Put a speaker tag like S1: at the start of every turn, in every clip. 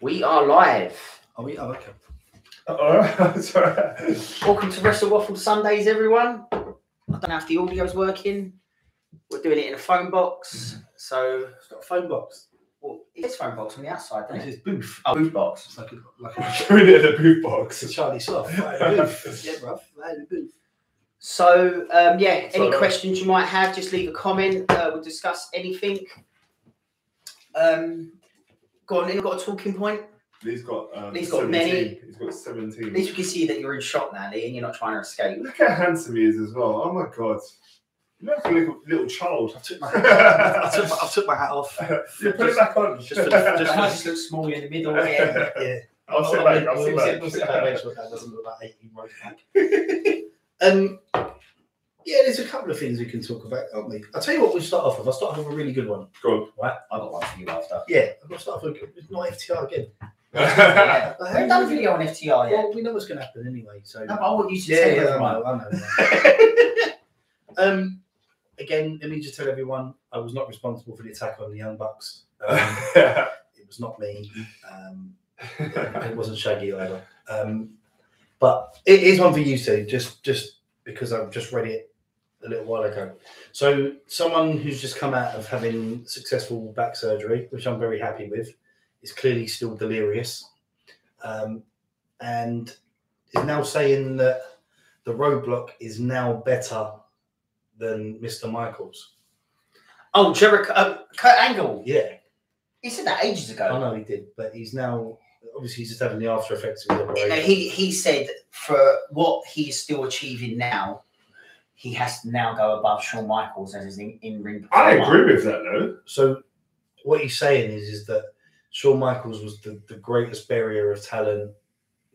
S1: We are live.
S2: Are we? Oh, okay.
S3: Oh, sorry.
S1: Welcome to Wrestle Waffle Sundays, everyone. I don't know if the audio's working. We're doing it in a phone box. So,
S2: It's got a phone box.
S1: well, it's phone box on the outside,
S2: It's
S1: isn't it?
S2: his booth.
S1: Oh, boot box.
S2: It's like a, like a,
S3: Doing it in a boot
S2: it's a
S3: box.
S2: Charlie Soft. Right, a booth. yeah, bruv. Right, a booth.
S1: So, um, yeah, any
S3: Sorry.
S1: questions you might have, just leave a comment. Uh, we'll discuss anything. Um, go on, you've got a talking point.
S3: Lee's got. Um,
S1: Lee's got many.
S3: He's got seventeen.
S1: At least we can see that you're in shot now, Lee, and you're not trying to escape.
S3: Look how handsome he is as well. Oh my god. You look like a little, little child.
S2: I took my hat. I took my, I took my hat off.
S3: Yeah, put it back on.
S2: just for the- just for the-
S1: looks small in the middle.
S3: yeah.
S2: Yeah.
S3: I'll sit back. I'll
S2: We'll
S3: sit
S2: sit- we'll sit back. Make
S3: back.
S2: sure that doesn't look like 18 rows back. Um, yeah, there's a couple of things we can talk about, aren't we? I'll tell you what we'll start off with. I'll start off with a really good one.
S3: Go
S1: I got one for you after.
S2: Yeah, I'm going to start off with it's not FTR again.
S3: on.
S2: But
S1: I haven't done a video on FTR yet.
S2: Well, we know what's going to happen anyway, so.
S1: No, but I want you to
S2: Yeah,
S1: tell
S2: yeah, I
S1: everyone.
S2: know, I know. um, again, let me just tell everyone I was not responsible for the attack on the Young Bucks. Um, it was not me. Um, it wasn't Shaggy either. Um, but it is one for you two, just just because I've just read it a little while ago. So someone who's just come out of having successful back surgery, which I'm very happy with, is clearly still delirious, um, and is now saying that the roadblock is now better than Mr. Michaels.
S1: Oh, Jericho, um, Kurt Angle. Oh,
S2: Yeah.
S1: He said that ages
S2: I
S1: ago.
S2: know he did, but he's now obviously he's just having the after effects of the
S1: You
S2: operation.
S1: know, he he said for what he's still achieving now, he has to now go above Shawn Michaels as his in, in ring.
S3: I agree with that though.
S2: so what he's saying is is that Shawn Michaels was the, the greatest barrier of talent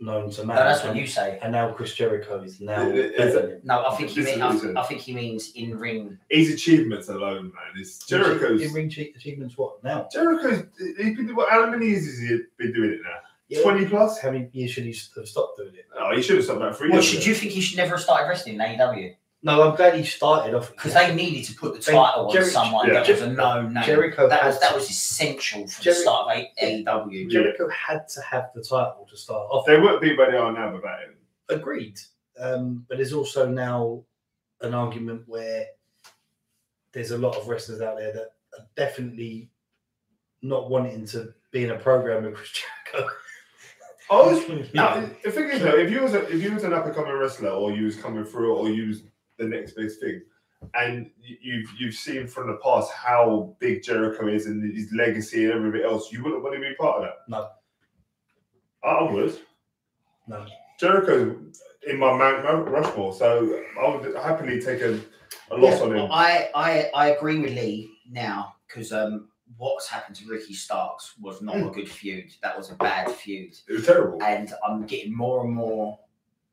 S2: known to man.
S1: that's what
S2: and,
S1: you say.
S2: and now Chris Jericho is now
S3: Yeah, yeah,
S2: better than him.
S1: No, I think he
S3: This is
S1: mean,
S3: what he said.
S1: I, I think he means in ring.
S3: His achievements alone, man. It's Jericho's.
S2: in ring che- achievements what now?
S3: Jericho's. He's been what? How many years has he been doing it now?
S2: Yeah.
S3: Twenty plus.
S2: How many years should he have stopped doing it?
S3: Oh, he should have stopped that three
S1: Well,
S3: years
S1: should
S3: ago.
S1: you think he should never have started wrestling in AEW?
S2: No, I'm glad he started off.
S1: Because
S2: Yeah.
S1: they needed to put the
S2: They-
S1: title on
S2: Jerry-
S1: someone
S3: yeah.
S1: that was a known name.
S2: Jericho
S1: that
S2: had
S1: was that was essential for
S2: Jerry-
S1: the start of E AEW.
S2: Jericho had to have the title to start off.
S3: They wouldn't be where they are now without him.
S2: Agreed. Um, but there's also now an argument where there's a lot of wrestlers out there that are definitely not wanting to be in a program with Chris Jericho.
S3: I was No, Oh, the thing is, though, if you was a, if you was an up and coming wrestler, or you was coming through, or you was the next big thing, and you- you've you've seen from the past how big Jericho is and his legacy and everything else, you wouldn't want to be part of that.
S2: No.
S3: I would.
S2: No.
S3: Jericho's in my Mount Mount Rushmore, so I would happily take a, a loss
S1: Yeah,
S3: on him.
S1: I, I, I agree with Lee now because um, what's happened to Ricky Starks was not a good feud. That was a bad feud.
S3: It was terrible.
S1: And I'm getting more and more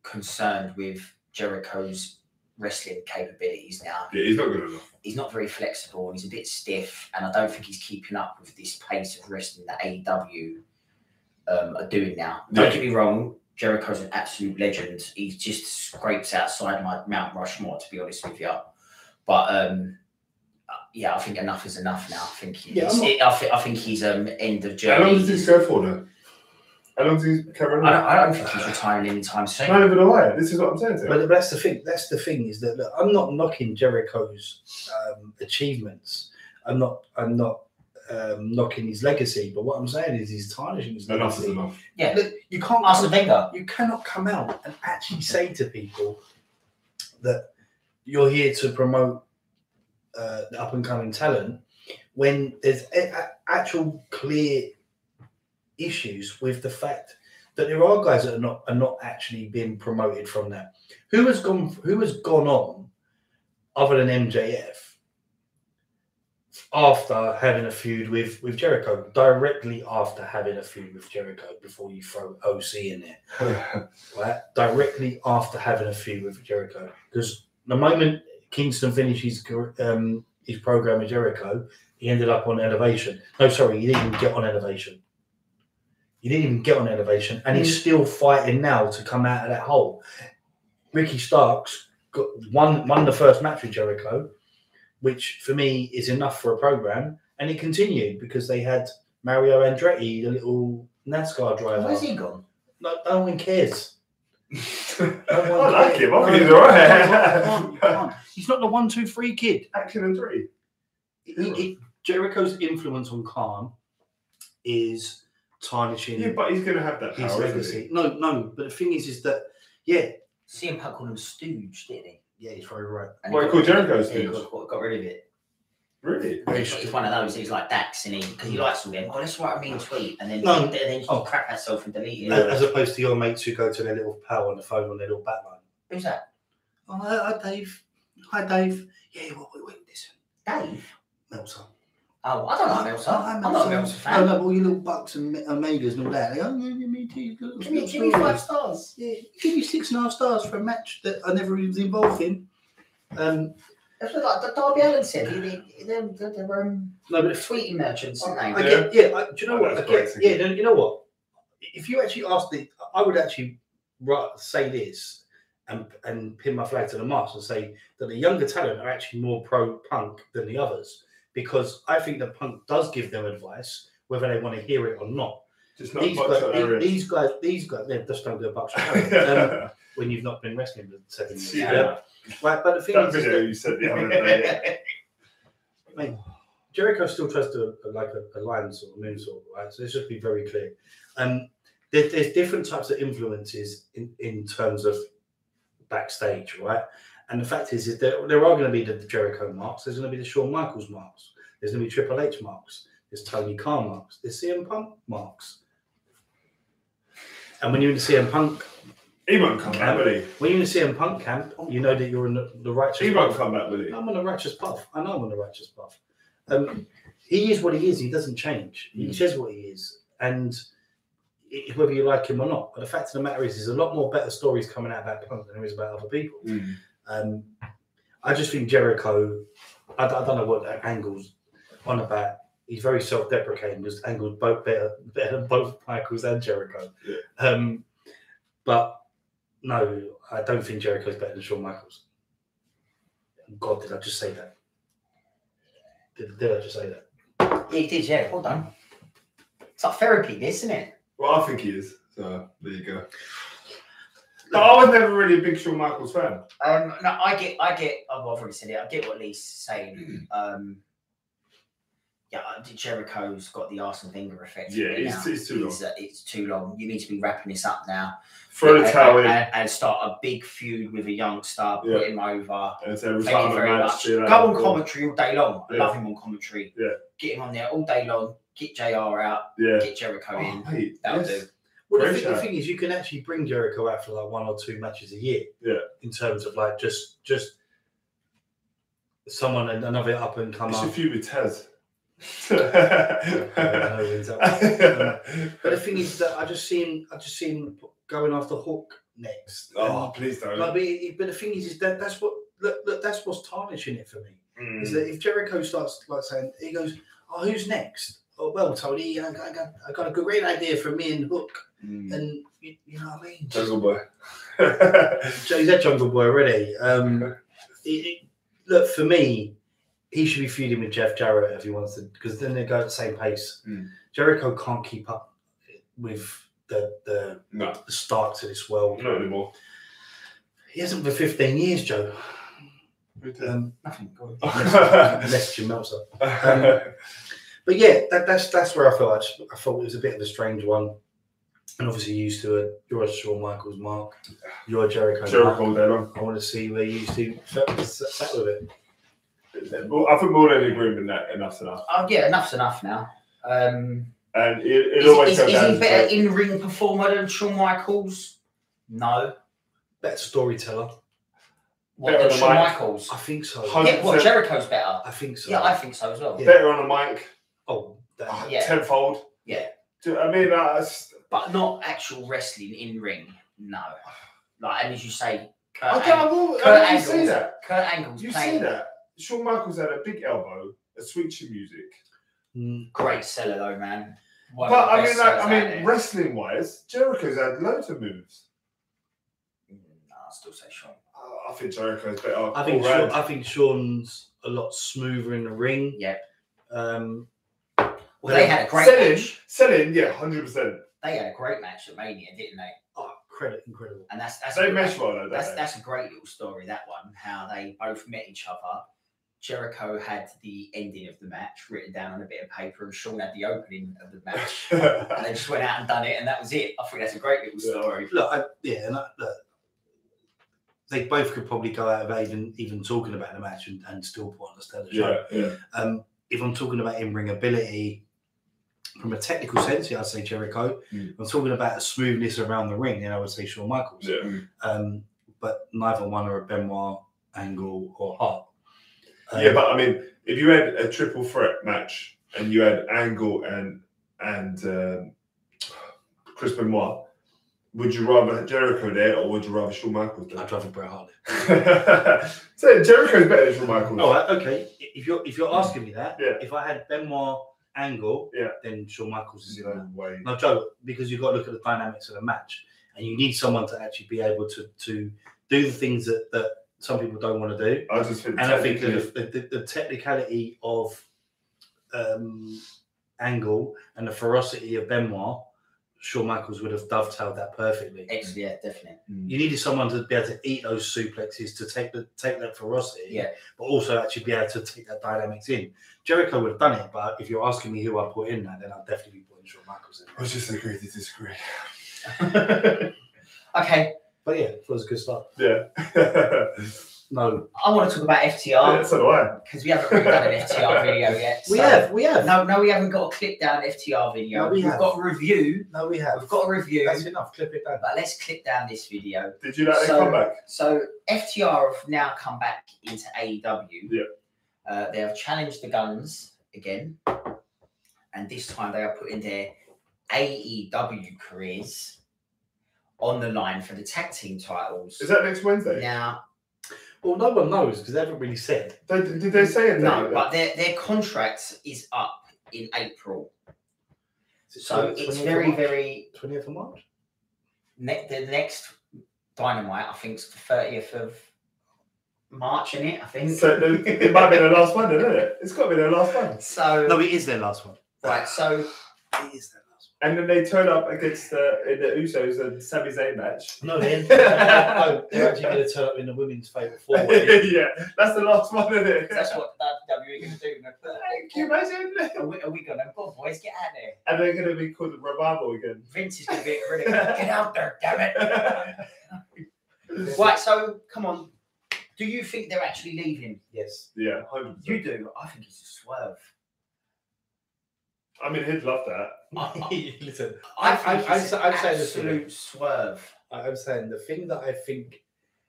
S1: concerned with Jericho's wrestling capabilities now.
S3: Yeah, he's not good enough.
S1: He's not very flexible and he's a bit stiff, and I don't think he's keeping up with this pace of wrestling that AEW um, are doing now.
S3: Yeah.
S1: Don't get me wrong. Jericho's an absolute legend. He just scrapes outside my Mount Rushmore, to be honest with you. But um, uh, yeah, I think enough is enough now. I think he's.
S2: Yeah, I'm
S1: I, thi- I think he's um end of
S3: How long
S1: journey.
S3: does this go for then? How long does he carry
S1: I
S3: on?
S1: don't, I don't think he's retiring anytime soon.
S3: Neither do I. This is what I'm saying to you.
S2: But that's the thing. That's the thing is that look, I'm not knocking Jericho's um, achievements. I'm not. I'm not um, knocking his legacy. But what I'm saying is he's tarnishing his
S3: Enough is
S2: legacy.
S3: enough.
S1: Yeah.
S2: Look, you can't
S1: Arsene Wenger.
S2: you cannot come out and actually say to people that you're here to promote uh, the up and coming talent when there's a- a- actual clear issues with the fact that there are guys that are not are not actually being promoted from that. Who has gone? Who has gone on other than MJF after having a feud with with Jericho? Directly after having a feud with Jericho, before you throw OC in there right, directly after having a feud with Jericho. Because the moment Kingston finished his car- um, his program with Jericho, he ended up on Elevation. No, sorry, he didn't even get on Elevation. He didn't even get on Elevation, and he's still fighting now to come out of that hole. Ricky Starks got won won the first match with Jericho, which for me is enough for a program, and it continued because they had Mario Andretti, the little NASCAR driver.
S1: Where's he gone?
S2: No, no one cares.
S3: I
S2: one
S3: like
S2: kid.
S3: him. I
S2: No,
S3: think he's
S2: no,
S3: all
S2: come on, come
S3: right.
S2: on. He's not the one, two, three kid.
S3: Action and three.
S2: He- he- he- Jericho's influence on Khan is tarnishing
S3: Yeah, but he's going to have that
S2: his
S3: power, isn't
S2: legacy. No, no. But the thing is, is that yeah,
S1: CM Punk called him Stooge, didn't he?
S2: yeah, he's very right.
S1: And
S3: Well,
S1: he got
S3: he called
S1: rid of
S3: Jericho
S1: it. Yeah, he
S3: Stooge.
S1: got, got rid of it.
S3: he? Really?
S2: Very
S1: He's, he's one of those. He's like Dax, and he because he likes all them. Oh, let's write a mean tweet, and then
S2: No.
S1: and then you
S2: Oh.
S1: crap herself and delete it.
S2: A- As opposed to your mates who go to their little pal on the phone on their little back line.
S1: Who's that?
S2: Oh, hi, hi, Dave. Hi, Dave. Yeah, what we wait, listen,
S1: Dave.
S2: Meltzer.
S1: Oh, I don't know Meltzer. I'm not a Meltzer
S2: I
S1: fan.
S2: love all your little bucks and me- omegas and all that. They go, "Oh, yeah, yeah, me too. you've got little
S1: Give me, give
S2: stories."
S1: me five stars.
S2: Yeah, give me six and a half stars for a match that I never was involved in. Um,
S1: That's what like, Darby Allen said. He, they, they're, they're, they're, um,
S2: no, but
S1: they're tweeting merchants, aren't
S2: I
S1: they?
S3: Yeah.
S2: get, yeah. I, do you know
S3: I
S2: what?
S3: know
S2: I
S3: it's
S2: get,
S3: basic.
S2: yeah, no, you know what? If you actually asked the, I would actually ra- say this and and pin my flag to the mast and say that the younger talent are actually more pro punk than the others because I think that punk does give them advice whether they want to hear it or not.
S3: Just not
S2: These
S3: much
S2: guys,
S3: of
S2: the-
S3: area.
S2: these guys, these guys, they just don't do a bucks. um, when you've not been wrestling for seven years,
S3: Yeah.
S2: Right, but the thing
S3: That
S2: is, is
S3: video
S2: that-
S3: you said the other day.
S2: Jericho still tries to uh, like a, a lion sort of moon sort of right. So let's just be very clear. Um, there, there's different types of influences in, in terms of backstage, right? And the fact is, is that there are going to be the Jericho marks. There's going to be the Shawn Michaels marks. There's going to be Triple H marks. There's Tony Khan marks. There's CM Punk marks. And when you're in the CM Punk,
S3: He won't come back, will he?
S2: when you're in the CM Punk camp, you know that you're in the, the righteous.
S3: He won't come back, will he?
S2: I'm on a righteous path. I know I'm on a righteous path. Um, he is what he is. He doesn't change. He
S3: Hmm.
S1: Mm.
S2: says what he is, and i- whether you like him or not. But the fact of the matter is, there's a lot more better stories coming out about Punk than there is about other people.
S3: Mm.
S2: Um, I just think Jericho. I, d- I don't know what that angles on about. He's very self-deprecating. Just angled both better, better than both Michaels and Jericho.
S3: Yeah.
S2: Um, but no, I don't think Jericho's better than Shawn Michaels. God, did I just say that? Did, did I just say that?
S1: He did, yeah. Hold on. It's like therapy, this, isn't it?
S3: Well, I think he is. So there you go. But I was never really a big Shawn Michaels fan.
S1: Um, no, I get, I get. I've already said it. I get what Lee's saying.
S3: Hmm.
S1: Um, yeah, I- Jericho's got the Arsene Wenger effect.
S3: Yeah,
S1: right
S3: it's-
S1: now.
S3: it's too
S1: It's, uh, it's too long. You need to be wrapping this up now.
S3: Throw the towel in and
S1: and, and start a big feud with a youngster. Put
S3: Yeah.
S1: him over.
S3: say
S1: Thank you
S3: retirement
S1: very
S3: match.
S1: much.
S3: see you
S1: Go
S3: later.
S1: on commentary all day long. I
S3: Yeah.
S1: love him on commentary.
S3: Yeah.
S1: Get him on there all day long. Get JR out.
S3: Yeah.
S1: Get Jericho in.
S3: Oh, mate,
S1: That'll
S3: yes.
S1: do.
S2: Well, the
S3: Great
S2: thing, the
S3: shout.
S2: thing is, you can actually bring Jericho out for like one or two matches a year.
S3: Yeah.
S2: In terms of like just just someone and another up and come
S3: It's a
S2: up.
S3: few with Taz.
S2: I don't know who's up. Um, but the thing is that I just seen I just seen going after Hook next.
S3: oh, please don't.
S2: And- but, it- but the thing is, is that that's what look, look, that's what's tarnishing it for me.
S3: Mm.
S2: is that if Jericho starts like saying he goes, "Oh, who's next?" Oh, well, Tony, I got, I got, I got a great idea for me and Hook,
S3: Mm.
S2: and you, you know what I mean. Just,
S3: Jungle Boy.
S2: so he's a Jungle Boy already. Um, he- he- look, for me, he should be feuding with Jeff Jarrett if he wants to, because then they go at the same pace.
S3: Mm.
S2: Jericho can't keep up with the the,
S3: no,
S2: the Starks of this world.
S3: not anymore.
S2: He hasn't for fifteen years, Joe. Um,
S1: Nothing. Go on.
S2: unless Jim Meltzer. but yeah, that, that's that's where I felt. I, just, I thought it was a bit of a strange one, and obviously you used to a you're a Shawn Michaels mark, you're a Jericho.
S3: Jericho
S2: Mark.
S3: all day long.
S2: I want to see where you used to sat sat with it.
S3: Well, I think we're all in agreement that enough's enough.
S1: Oh, yeah, enough's enough now. Um,
S3: And it, it
S1: Is,
S3: always
S1: is,
S3: goes
S1: is
S3: down
S1: he
S3: to-
S1: better in ring performer than Shawn Michaels? No.
S2: Better storyteller,
S1: What
S3: Better
S1: than
S3: than
S1: Shawn
S3: Mike.
S1: Michaels?
S2: I think so.
S3: Hun-
S1: Yeah, well,
S3: 100%.
S1: Jericho's better.
S2: I think so.
S1: Yeah, I think so as well.
S2: Yeah.
S3: better on a mic,
S2: oh, that,
S1: Yeah.
S3: tenfold.
S1: Yeah.
S3: Do you know what I mean, that's
S1: But not actual wrestling in ring. No. Like, and as you say, Kurt,
S3: I
S1: Ang-
S3: don't know.
S1: Kurt
S3: You see
S1: Angle's-
S3: that?
S1: Kurt Angle's
S3: You see
S1: playing
S3: that? Shawn Michaels had a big elbow, a switch in music.
S2: Mm,
S1: great seller though, man. One of
S3: But
S1: the
S3: I
S1: best
S3: mean, like,
S1: sellers
S3: I
S1: out
S3: mean,
S1: there.
S3: wrestling wise, Jericho's had loads of moves.
S1: Mm, nah, I still say Shawn.
S3: I- I think Jericho's better.
S2: I think
S3: all
S2: Shawn,
S3: round.
S2: I think Sean's a lot smoother in the ring.
S1: Yeah.
S2: Um,
S1: Well, they had a great
S3: selling,
S1: match.
S3: selling, yeah, hundred percent.
S1: they had a great match at Mania, didn't they?
S2: Oh, credit, incredible.
S1: And that's that's
S3: They
S1: a-
S3: mesh well, though, don't
S1: That's
S3: they?
S1: that's a great little story. That one, how they both met each other. Jericho had the ending of the match written down on a bit of paper, and Sean had the opening of the match. and they just went out and done it, and that was it. I think that's a great little
S3: Yeah.
S1: story.
S2: Look, I, yeah, and I, look, they both could probably go out of even even talking about the match and, and still put on a stellar show.
S3: yeah, yeah.
S2: Um, if I'm talking about in ring ability, from a technical sense, yeah, I'd say Jericho.
S3: Mm.
S2: If I'm talking about a smoothness around the ring, then I would say Shawn Michaels.
S3: yeah.
S2: Um, but neither one are a Benoit, Angle, or Hart. Um,
S3: Yeah, but I mean, if you had a triple threat match and you had Angle and and um, Chris Benoit, would you rather Jericho there or would you rather Shawn Michaels
S2: I'd rather Bret Hart.
S3: there? so Jericho's better than Shawn Michaels.
S2: All right, okay. If you're if you're asking me that,
S3: Mm. Yeah.
S2: if I had Benoit, Angle,
S3: Yeah.
S2: then Shawn Michaels is in there.
S3: No way.
S2: No joke, because you've got to look at the dynamics of the match, and you need someone to actually be able to to do the things that, that some people don't want to do.
S3: I just think.
S2: And I think
S3: technically-
S2: that the, the, the technicality of um, Angle and the ferocity of Benoit, Shawn Michaels would have dovetailed that perfectly.
S1: Ex- yeah, definitely.
S3: Mm.
S2: You needed someone to be able to eat those suplexes to take the take that ferocity,
S1: Yeah.
S2: but also actually be able to take that dynamics in. Jericho would have done it, but if you're asking me who I put in there, then I'll definitely be putting Shawn Michaels in. there.
S3: I just agree to disagree.
S1: Okay,
S2: But yeah, it was a good start.
S3: yeah.
S2: No,
S1: I want to talk about
S3: yeah.
S1: FTR
S3: So do I.
S1: because we haven't really done an FTR video yet.
S2: we
S1: so-
S2: have, we have.
S1: No, no, we haven't got a clip down FTR video.
S2: No, we
S1: We've
S2: have.
S1: got a review.
S2: No, we have.
S1: We've got a review.
S2: That's enough. Clip it down.
S1: But let's clip down this video.
S3: Did you like
S1: So-
S3: their comeback?
S1: So FTR have now come back into AEW.
S3: Yeah.
S1: Uh, they have challenged the guns again, and this time they are putting their AEW careers on the line for the tag team titles.
S3: Is that next Wednesday?
S1: now,
S2: Well, no one knows because they haven't really said.
S3: They, did they say it?
S1: no, but their their contract is up in April, so it's very very
S2: twentieth of March.
S1: ne- the next Dynamite. I think it's the thirtieth of March, in it. I think
S3: So then it might be their last one, isn't it? It's got to be their last one.
S1: So
S2: No, it is their last one.
S1: right, so.
S2: It is their last
S3: And then they turn up against the, in the Usos and Sami Zayn match.
S2: one. No, they're, no, they're actually going to turn up in the women's favourite four. way.
S3: yeah, that's the last one, isn't it?
S1: Oh, That's what WWE going to do. Gonna put,
S3: Can you imagine?
S1: are, we, are we going to go, boys? Get out of there.
S3: And they're going to be called the Revival again.
S1: Vince is going to be critical. Get out there, damn it. right, so come on. Do you think they're actually leaving?
S2: yes.
S3: yeah, 100%.
S1: You do. I think it's a swerve.
S3: I mean, he'd love that.
S2: Listen,
S1: I
S2: I-
S1: think
S2: I-
S1: it's
S2: I'd
S1: an
S2: say- I'd say this to you.
S1: absolute swerve.
S2: I- I'm saying the thing that I think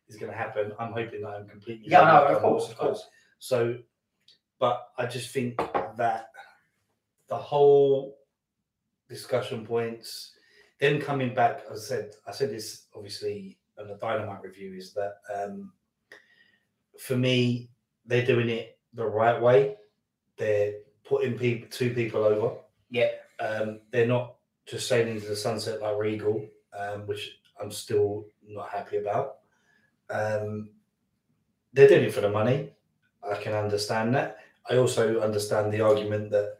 S2: is going to happen. I'm hoping that I'm completely.
S1: Yeah,
S2: wrong.
S1: no, of course, of course.
S2: So, but I just think that the whole discussion points, then coming back, as I said, I said this obviously on the Dynamite review is that um, for me, they're doing it the right way. They're putting people two people over.
S1: Yeah.
S2: Um, they're not just sailing into the sunset like Regal, um, which I'm still not happy about. Um, they're doing it for the money. I can understand that. I also understand the argument that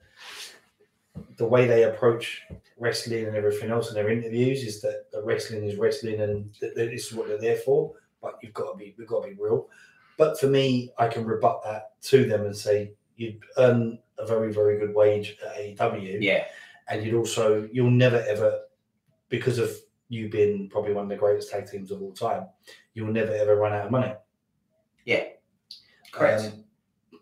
S2: the way they approach wrestling and everything else in their interviews is that the wrestling is wrestling and that that this is what they're there for. But you've got to be, we've got to be real. But for me, I can rebut that to them and say you earn a very, very good wage at E AEW
S1: Yeah.
S2: and you'd also you'll never ever because of you being probably one of the greatest tag teams of all time you'll never ever run out of money
S1: Correct.
S2: Um,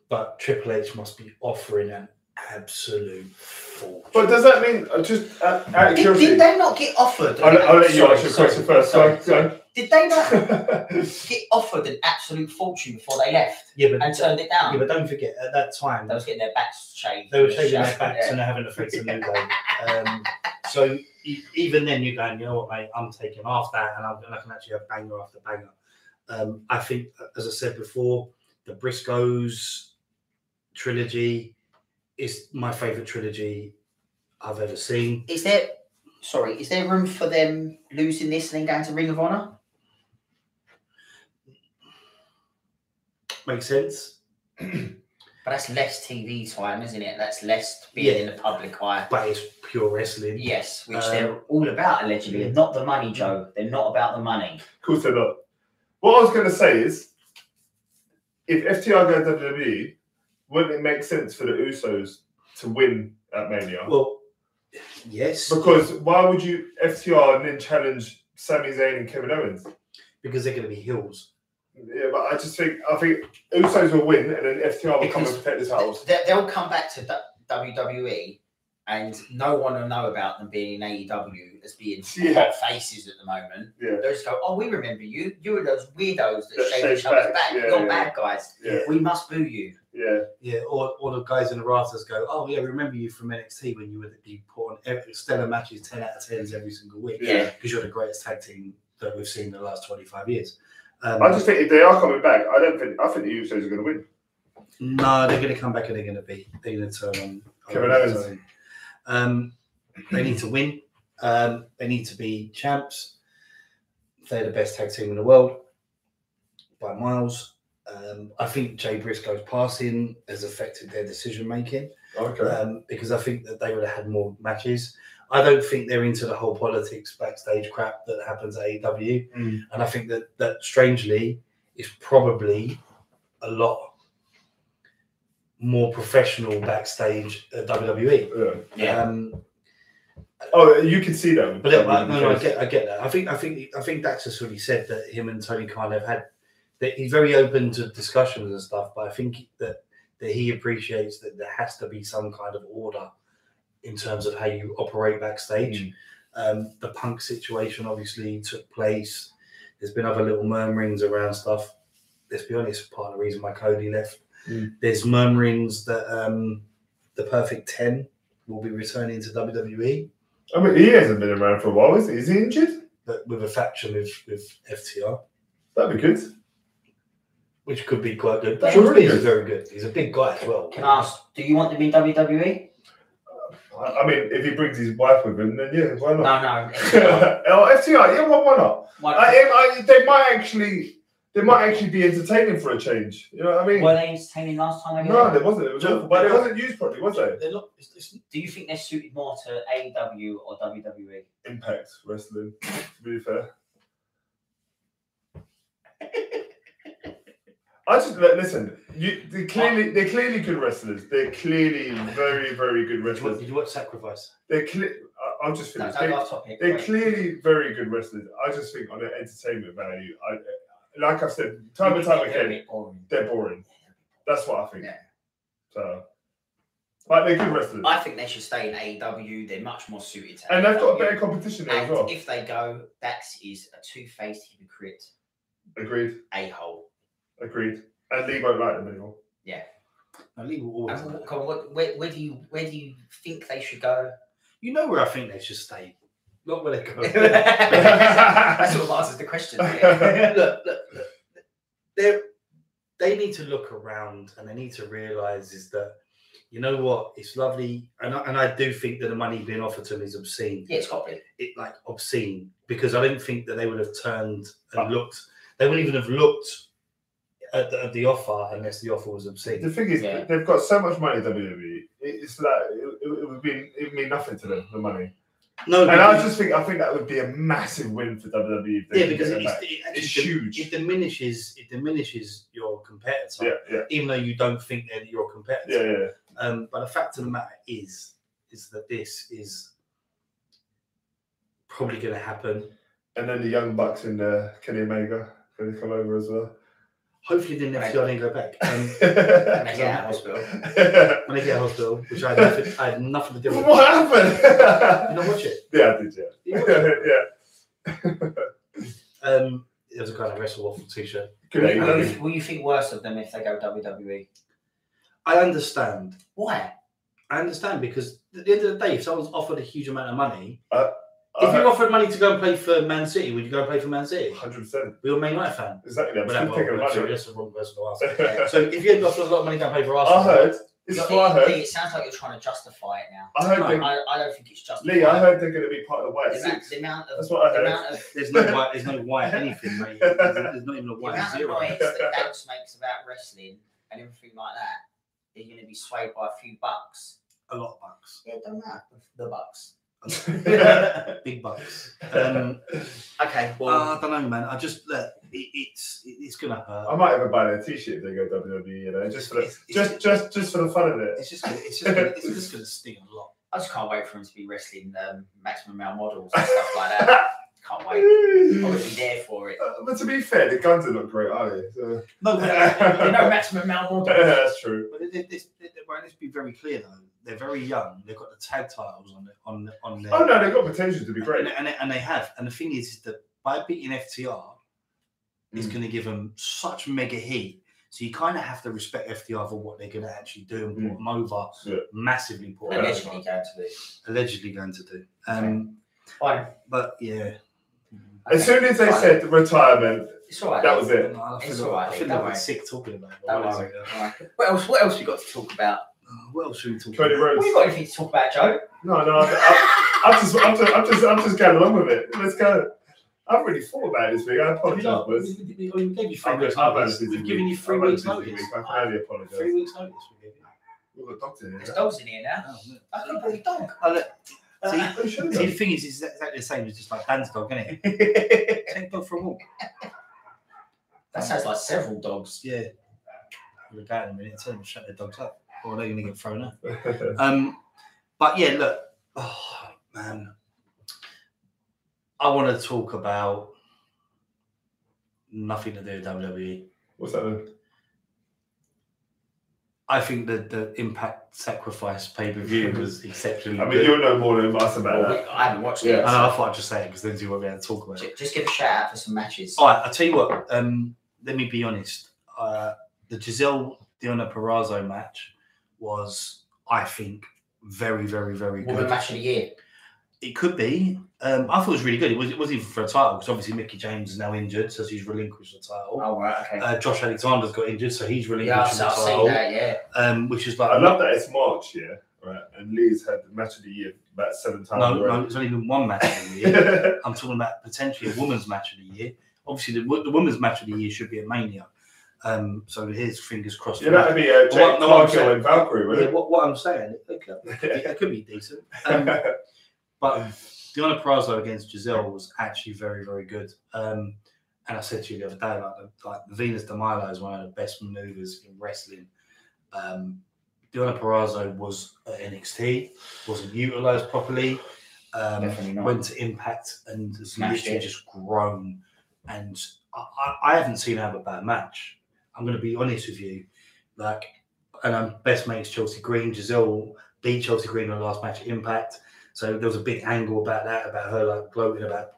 S2: but triple h must be offering an absolute fortune
S3: But does that mean, uh, just uh, out of
S1: did,
S3: curiosity,
S1: did they not get offered?
S3: I'll, I'll let you
S1: Sorry,
S3: ask your
S1: sorry,
S3: question first.
S1: sorry.
S3: Sorry, sorry.
S1: Did they not get offered an absolute fortune before they left
S2: yeah but,
S1: and turned it
S2: yeah
S1: down?
S2: but don't forget at that time
S1: They was getting their backs shaved.
S2: they were shaving their
S1: Yeah.
S2: backs and they're having a face a new day um, so e- even then you're going you know what mate i'm taking half that and, I'm, and i can actually have banger after banger um, i think as i said before the briscoes trilogy is my favorite trilogy I've ever seen.
S1: Is there sorry, is there room for them losing this and then going to Ring of Honor?
S2: Makes sense.
S1: But that's less TV time, isn't it? That's less being in the public eye.
S2: But it's pure wrestling.
S1: Yes, which
S2: Um,
S1: they're all about allegedly. They're not the money,
S3: Mm.
S1: Joe. They're not about the money.
S3: Of course they're not. What I was going to say is, if FTR goes to WWE, wouldn't it make sense for the Usos to win at Mania?
S2: Well, yes,
S3: because why would you FTR and then challenge Sami Zayn and Kevin Owens?
S2: because they're going to be heels.
S3: Yeah, but I just think I think Usos will win, and then FTR will come and protect the titles.
S1: They, they'll come back to du- WWE, and no one will know about them being in AEW as being
S3: Yeah.
S1: hot faces at the moment.
S3: Yeah.
S1: They'll just go, "Oh, we remember you. You were those weirdos that,
S3: That
S1: shaved
S3: shaved
S1: each other's
S3: back.
S1: back.
S3: Yeah,
S1: You're
S3: yeah.
S1: bad guys.
S3: Yeah.
S1: We must boo you."
S3: Yeah,
S2: Yeah, all, all the guys in the rafters go, oh yeah, remember you from NXT when you were the you put on every, stellar matches, ten out of tens every single week
S3: yeah.
S1: Yeah.
S2: because you're the greatest tag team that we've seen in the last twenty five years. Um,
S3: I just think if they are coming back, I don't think I think the Usos are going to win.
S2: No, they're going to come back and they're going to be they're going to turn on
S3: Kevin Owens.
S2: on- Um, they need to win. Um, they need to be champs. They're the best tag team in the world by miles. Um, I think Jay Briscoe's passing has affected their decision making
S3: Okay.
S2: um, because I think that they would have had more matches. I don't think they're into the whole politics backstage crap that happens at AEW,
S3: Mm.
S2: and I think that that strangely is probably a lot more professional backstage at WWE.
S3: Yeah.
S2: Um,
S3: Oh, you can see that.
S2: but it- I, no, no, I get, I get that. I think, I think, I think Dax has already said that him and Tony Khan have had that he's very open to discussions and stuff, but I think that that he appreciates that there has to be some kind of order in terms of how you operate backstage. Um, the punk situation obviously took place. There's been other little murmurings around stuff. Let's be honest, part of the reason why Cody left.
S3: Mm.
S2: There's murmurings that um, the Perfect Ten will be returning to E. WWE.
S3: I mean, he hasn't been around for a while. Is he, is he injured?
S2: but with a faction with, with FTR,
S3: That'd be good.
S2: which could be quite good.
S3: That's
S2: Sean
S3: really
S2: Spears
S3: good.
S2: is very good. He's a big guy as well.
S1: Can I ask? Do you want to be in E? WWE?
S3: I, I mean, if he brings his wife with him, then yeah, why
S1: No,
S3: not?
S1: no.
S3: oh, FTR, yeah, why, why not?
S1: Why-
S3: I, I, I- they might actually, they might actually be entertaining for a change. You know what I mean?
S1: Were they entertaining last time? again?
S3: no, there wasn't. It was
S2: No,
S3: awful, but it
S2: no.
S3: wasn't used properly, was it?
S2: They're not, it's, it's,
S1: Do you think they're suited more to AEW or E? WWE?
S3: Impact wrestling. To be fair. I just like, listen. You, they clearly, they're clearly good wrestlers. They're clearly very, very good
S2: did, you watch,
S3: wrestlers.
S2: did you watch Sacrifice?
S3: They're cle- I- I'll just
S1: No,
S3: finish.
S1: don't go off topic.
S3: They're
S1: Wait.
S3: clearly very good wrestlers. I just think on an entertainment value, I like I've said time and time
S1: They're a
S3: again,
S1: bit boring.
S3: they're boring. That's what I think.
S1: Yeah.
S3: So, like they're good wrestlers,
S1: I think they should stay in AEW. They're much more suited to
S3: and they've got
S1: AEW.
S3: better competition there as
S1: And
S3: well.
S1: if they go, Dax is a two-faced hypocrite,
S3: Agreed,
S1: a-hole.
S3: agreed. And Lee won't like them anymore.
S2: No, Lee will always.
S1: And what- come on, what- where, where do you where do you think they should go?
S2: You know where I think they should stay. Not where they go.
S1: that sort of answers the question. yeah.
S2: look, look, look. They they need to look around and they need to realise is that you know what it's lovely and I, and I do think that the money being offered to them is obscene.
S1: yeah, it's Scotland.
S2: it like obscene because I didn't think that they would have turned and
S3: Ah.
S2: looked. They wouldn't even have looked at the, at the offer unless the offer was
S3: The
S2: obscene.
S3: thing is,
S1: Yeah.
S3: they've got so much money. WWE, It- E. it's like it, it would be it would mean nothing to them the money.
S2: No,
S3: And I
S2: because-
S3: just think I think that would be a massive win for WWE. if they
S2: yeah,
S3: could
S2: because
S3: get
S2: it's,
S3: them back.
S2: it, actually
S3: it's
S2: dim-
S3: huge.
S2: It diminishes. It diminishes your competitor,
S3: yeah, yeah,
S2: even though you don't think they're your competitor.
S3: yeah, yeah.
S2: Um, but the fact of the matter is, is that this is probably going to happen.
S3: And then the young bucks in there, Kenny Omega, going to come over as well.
S2: Hopefully, the
S1: Right.
S2: next year I don't go back. Um,
S1: And they get out of hospital.
S2: when I get a hospital, which I had nothing, I had nothing to do with.
S3: what happened?
S2: Did you not watch it?
S3: yeah, I did. Yeah,
S2: Did you watch it?
S3: yeah.
S2: Um, it was a kind of wrestle waffle t-shirt.
S3: Good day,
S1: Will
S3: Kenny.
S1: you, will you think worse of them if they go WWE?
S2: I understand.
S1: Why?
S2: I understand because at the end of the day, if someone's offered a huge amount of money, if
S3: I-
S2: you offered money to go and play for Man City, would you go and play for Man City?
S3: 100%.
S2: You're a Man United fan.
S3: Exactly. I'm
S2: Well, that-
S3: still
S2: well,
S3: thinking about
S2: sorry,
S3: it.
S2: that's the wrong person to ask. So if you had offered a lot of money to go and play for
S3: I
S2: Arsenal,
S3: heard. This is
S1: Look,
S3: what I
S1: it,
S3: heard.
S1: it sounds like you're trying to justify it now.
S3: I heard. they-
S1: I, I don't think it's justified.
S3: Lee, I heard they're going to be part of the
S1: the,
S3: White
S1: amount,
S3: Six.
S1: the amount of
S3: That's what I
S1: the
S3: heard.
S1: amount of
S2: there's no white, there's no white anything, mate. There's, there's not even a
S1: the
S2: white
S1: amount of
S2: zero.
S1: noise that Dax makes about wrestling and everything like that are going to be swayed by a few bucks.
S2: A lot of bucks,
S1: Yeah, don't matter. The bucks.
S2: big bucks. Um,
S1: Okay, well,
S2: I don't know, man. I just look. It, it's it, it's gonna hurt.
S3: I might even buy their t-shirt if they go WWE, you know, just for the,
S2: It's- it's-
S3: just just just for the fun of it.
S2: It's just gonna, it's just gonna, it's just gonna sting a lot.
S1: I just can't wait for him to be wrestling um, maximum male models and stuff like that. Can't wait. I would be there for it.
S3: Uh, but to be fair, the guns are not great, are they? So,
S2: No, but-
S1: They know maximum male models.
S3: yeah, that's true.
S2: But they, they, they, they, well, let's be very clear though. They're very young. They've got the tag titles on the, on the, on their.
S3: Oh no, they've got potential to be
S2: and,
S3: great.
S2: and, and they have. And the thing is, is that by beating FTR, it's
S3: Mm.
S2: going to give them such mega heat. So you kind of have to respect FTR for what they're going to actually do and put
S3: Mm.
S2: them over
S3: Yeah.
S2: massively. Put them over,
S1: Allegedly going to be.
S2: allegedly going to do. Um,
S1: Fine.
S2: but yeah,
S1: Okay,
S3: As soon as they
S1: fine.
S3: said retirement,
S1: It's all right.
S3: that was it.
S2: No, I
S1: It's
S2: feel,
S1: alright,
S2: I feel
S1: don't
S2: a bit
S1: worry.
S2: sick talking about. it, but
S1: Don't
S2: what else
S1: worry.
S2: we got?
S1: All right. What else? What else we got to talk about?
S2: Uh, What else should we talk
S3: Cody
S2: about?
S3: Rhodes.
S1: Well, you got anything to talk about, Joe?
S3: No, no, I, I, I'm just, I'm just, I'm just, I'm just going along with it. Let's go. I've really thought about it this week. I
S2: Have you
S3: apologise,
S2: not?
S3: Oh, but
S2: We,
S3: it's-
S2: we- we- we gave you three
S3: I've
S2: weeks
S3: got- I've had a
S2: notice.
S3: busy
S2: We've given
S3: week.
S2: you three
S3: I've had a
S2: weeks
S3: busy
S2: notice.
S3: week. I highly apologise.
S2: Three weeks notice. We gave you.
S3: We've got a doctor
S1: There's
S3: here.
S1: dogs in here now.
S2: Oh, no.
S1: I can't believe dog.
S2: Oh, look, See?
S3: Uh, we should
S2: See, the
S3: have
S2: thing is, it's exactly the same as just like Dan's dog, isn't it?
S3: done.
S2: Take dog for a walk.
S1: That sounds like several dogs.
S2: Yeah. You're a guy in a minute, tell them to shut their dogs up, or they're going to get thrown out. Um, but yeah, look, oh, man, I want to talk about nothing to do with E. WWE.
S3: What's that then?
S2: I think that the Impact Sacrifice pay per view was exceptionally
S3: I mean,
S2: good.
S3: you'll know more than us about that.
S1: Well, I haven't watched
S3: Yeah.
S1: it.
S2: And I thought I'd just say it because then you won't be able to talk about it.
S1: J- Just give a shout out for some matches.
S2: All right, I'll tell you what. Um, let me be honest. Uh, the Giselle Diona Perazzo match was, I think, very, very, very
S1: Woman
S2: good.
S1: match of the year.
S2: It could be. Um, I thought it was really good. It was. It wasn't even for a title because obviously Mickey James is now injured, so she's relinquished the title.
S1: Oh, right, okay.
S2: Uh, Josh Alexander's got injured, so
S1: yeah,
S2: he's
S1: I've,
S2: relinquished
S1: I've
S2: the
S1: seen
S2: title.
S1: that, yeah.
S2: Um, which is like
S3: I love that it's March, yeah, right? And Lee's had the match of the year about seven times.
S2: No, no,
S3: already.
S2: it's only been one match of the year. I'm talking about potentially a women's match of the year. Obviously, the, wo- the women's match of the year should be a mania. Um, so here's fingers crossed.
S3: you
S2: for
S3: know, that'd be uh,
S2: Well, what-
S3: Jake
S2: no, I'm
S3: Cargill and Valkyrie,
S2: Yeah,
S3: wouldn't
S2: what, what I'm saying, it could, it could be decent. Um,
S3: it?
S2: but Deanna Prazo against Giselle was actually very, very good. Um, and I said to you the other day, like, the- like Venus de Milo is one of the best maneuvers in wrestling. Um, Deanna Prazo was at NXT, wasn't utilized properly, um,
S1: Definitely not.
S2: went to Impact and has
S1: Smashed
S2: literally
S1: it.
S2: just grown. And I, I, I haven't seen her have a bad match. I'm going to be honest with you. Like, and I'm best mates Chelsea Green. Giselle beat Chelsea Green in the last match at Impact. So there was a big angle about that, about her like gloating about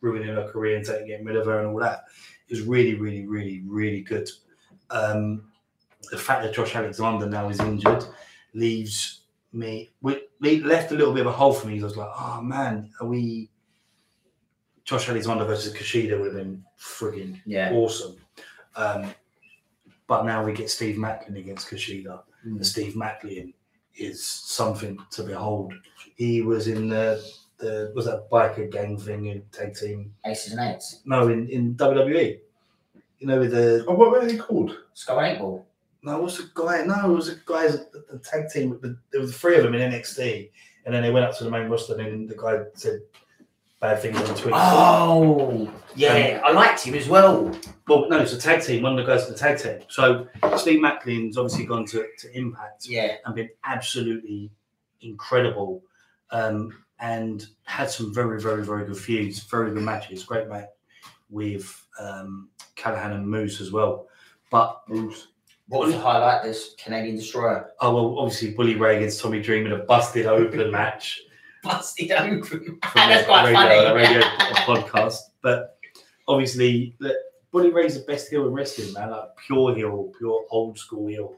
S2: ruining her career and taking getting rid of her and all that. It was really, really, really, really good. Um, the fact that Josh Alexander now is injured leaves me we le- left a little bit of a hole for me. I was like, oh man, are we? Josh Alexander versus Kushida would have been frigging
S1: Yeah.
S2: awesome. Um, but now we get Steve Macklin against Kushida.
S3: Mm.
S2: And Steve Macklin is something to behold. He was in the, the was that biker gang thing in tag team?
S1: Aces and eights.
S2: No, in, in WWE. You know with the
S3: oh, what were they called?
S1: Sky and eight ball.
S2: no, what's the guy? No, it was a guy the, the tag team. with the- There was three of them in NXT, and then they went up to the main roster, and then the guy said bad things on Twitter.
S1: Oh, yeah. I liked him as well.
S2: Well, no, it's a tag team. One of the guys in the tag team. So Steve Macklin's obviously gone to, to Impact.
S1: Yeah.
S2: and been absolutely incredible um, and had some very, very, very good feuds, very good matches, great match with um, Callahan and Moose as well. But,
S3: Bruce.
S1: What was the highlight? This Canadian destroyer.
S2: oh, well, obvusly, Bully Ray against Tommy Dream in a busted open match.
S1: Busted open.
S2: from
S1: That's
S2: the
S1: quite
S2: radio,
S1: funny.
S2: the radio podcast. But obviously, look, Bully Ray's the best heel in wrestling, man. Like pure heel, pure old school heel.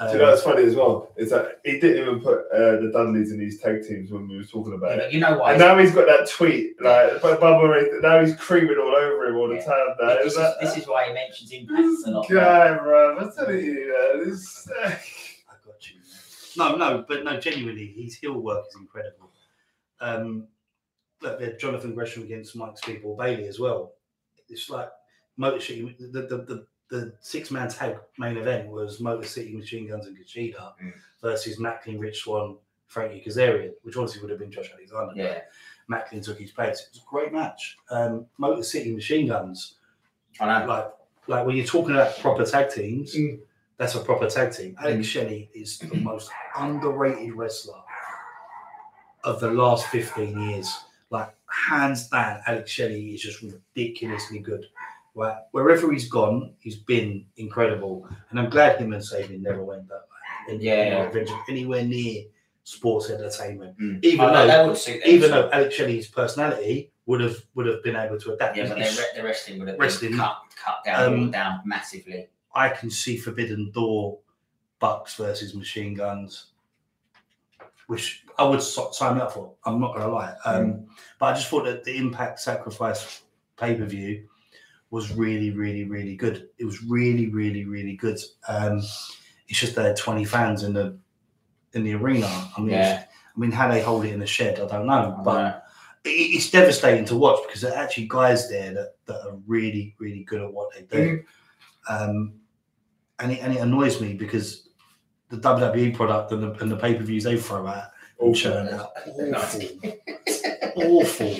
S3: Do you know
S1: Um,
S3: what's funny as well? Is that he didn't even put uh, the Dudleys in these tag teams when we were talking about it.
S1: Yeah, but you know why?
S3: And now he's got that tweet, like, but Bubba Ray, now he's creaming all over him all the
S1: Yeah.
S3: time. Now.
S1: this,
S3: It's
S1: is,
S3: like,
S1: this is why he mentions impacts
S3: This
S1: a lot. man.
S3: guy, bro. I'm telling you, man, this.
S2: I got you. No, no, but no, genuinely, his heel work is incredible. Um, but the Jonathan Gresham against Mike Speedball Bailey as well. It's like motor city, the, the, the the six man tag main event was Motor City Machine Guns and Kushida
S3: Mm.
S2: versus Macklin, Rich Swan, Frankie Kazarian, which obviously would have been Josh Alexander. but
S1: Yeah.
S2: Macklin took his place. It was a great match. Um, Motor City Machine Guns,
S1: I know.
S2: like like when you're talking about proper tag teams,
S3: Mm.
S2: that's a proper tag team. Alex Shelley is the most underrated wrestler of the last 15 years. Like hands down, Alex Shelley is just ridiculously good. Where, wherever he's gone, he's been incredible, and I'm glad him and Sabian never went that way. And
S1: Yeah.
S2: you know, ventured anywhere near sports entertainment,
S1: Mm.
S2: even
S1: I know,
S2: though-
S1: that would suit them.
S2: even though Alex Shelley's personality would have would have been able to adapt.
S1: Yeah, but
S2: He's-
S1: their, their wrestling would have
S2: Wrestling.
S1: been cut, cut down,
S2: Um,
S1: brought down massively.
S2: I can see Forbidden Door, Bucks versus Machine Guns, which I would so- sign up for. I'm not going to lie. Um,
S1: Mm.
S2: But I just thought that the Impact Sacrifice pay per view was really, really, really good. It was really, really, really good. Um, it's just they had 20 fans in the in the arena. I mean,
S1: Yeah.
S2: I mean, how they hold it in the shed, I don't know.
S1: I
S2: but
S1: know.
S2: it- it's devastating to watch because there are actually guys there that, that are really, really good at what they do. Um, and, it, and it annoys me because the WWE product and the, and the pay per views they throw out and churn out awful, awful.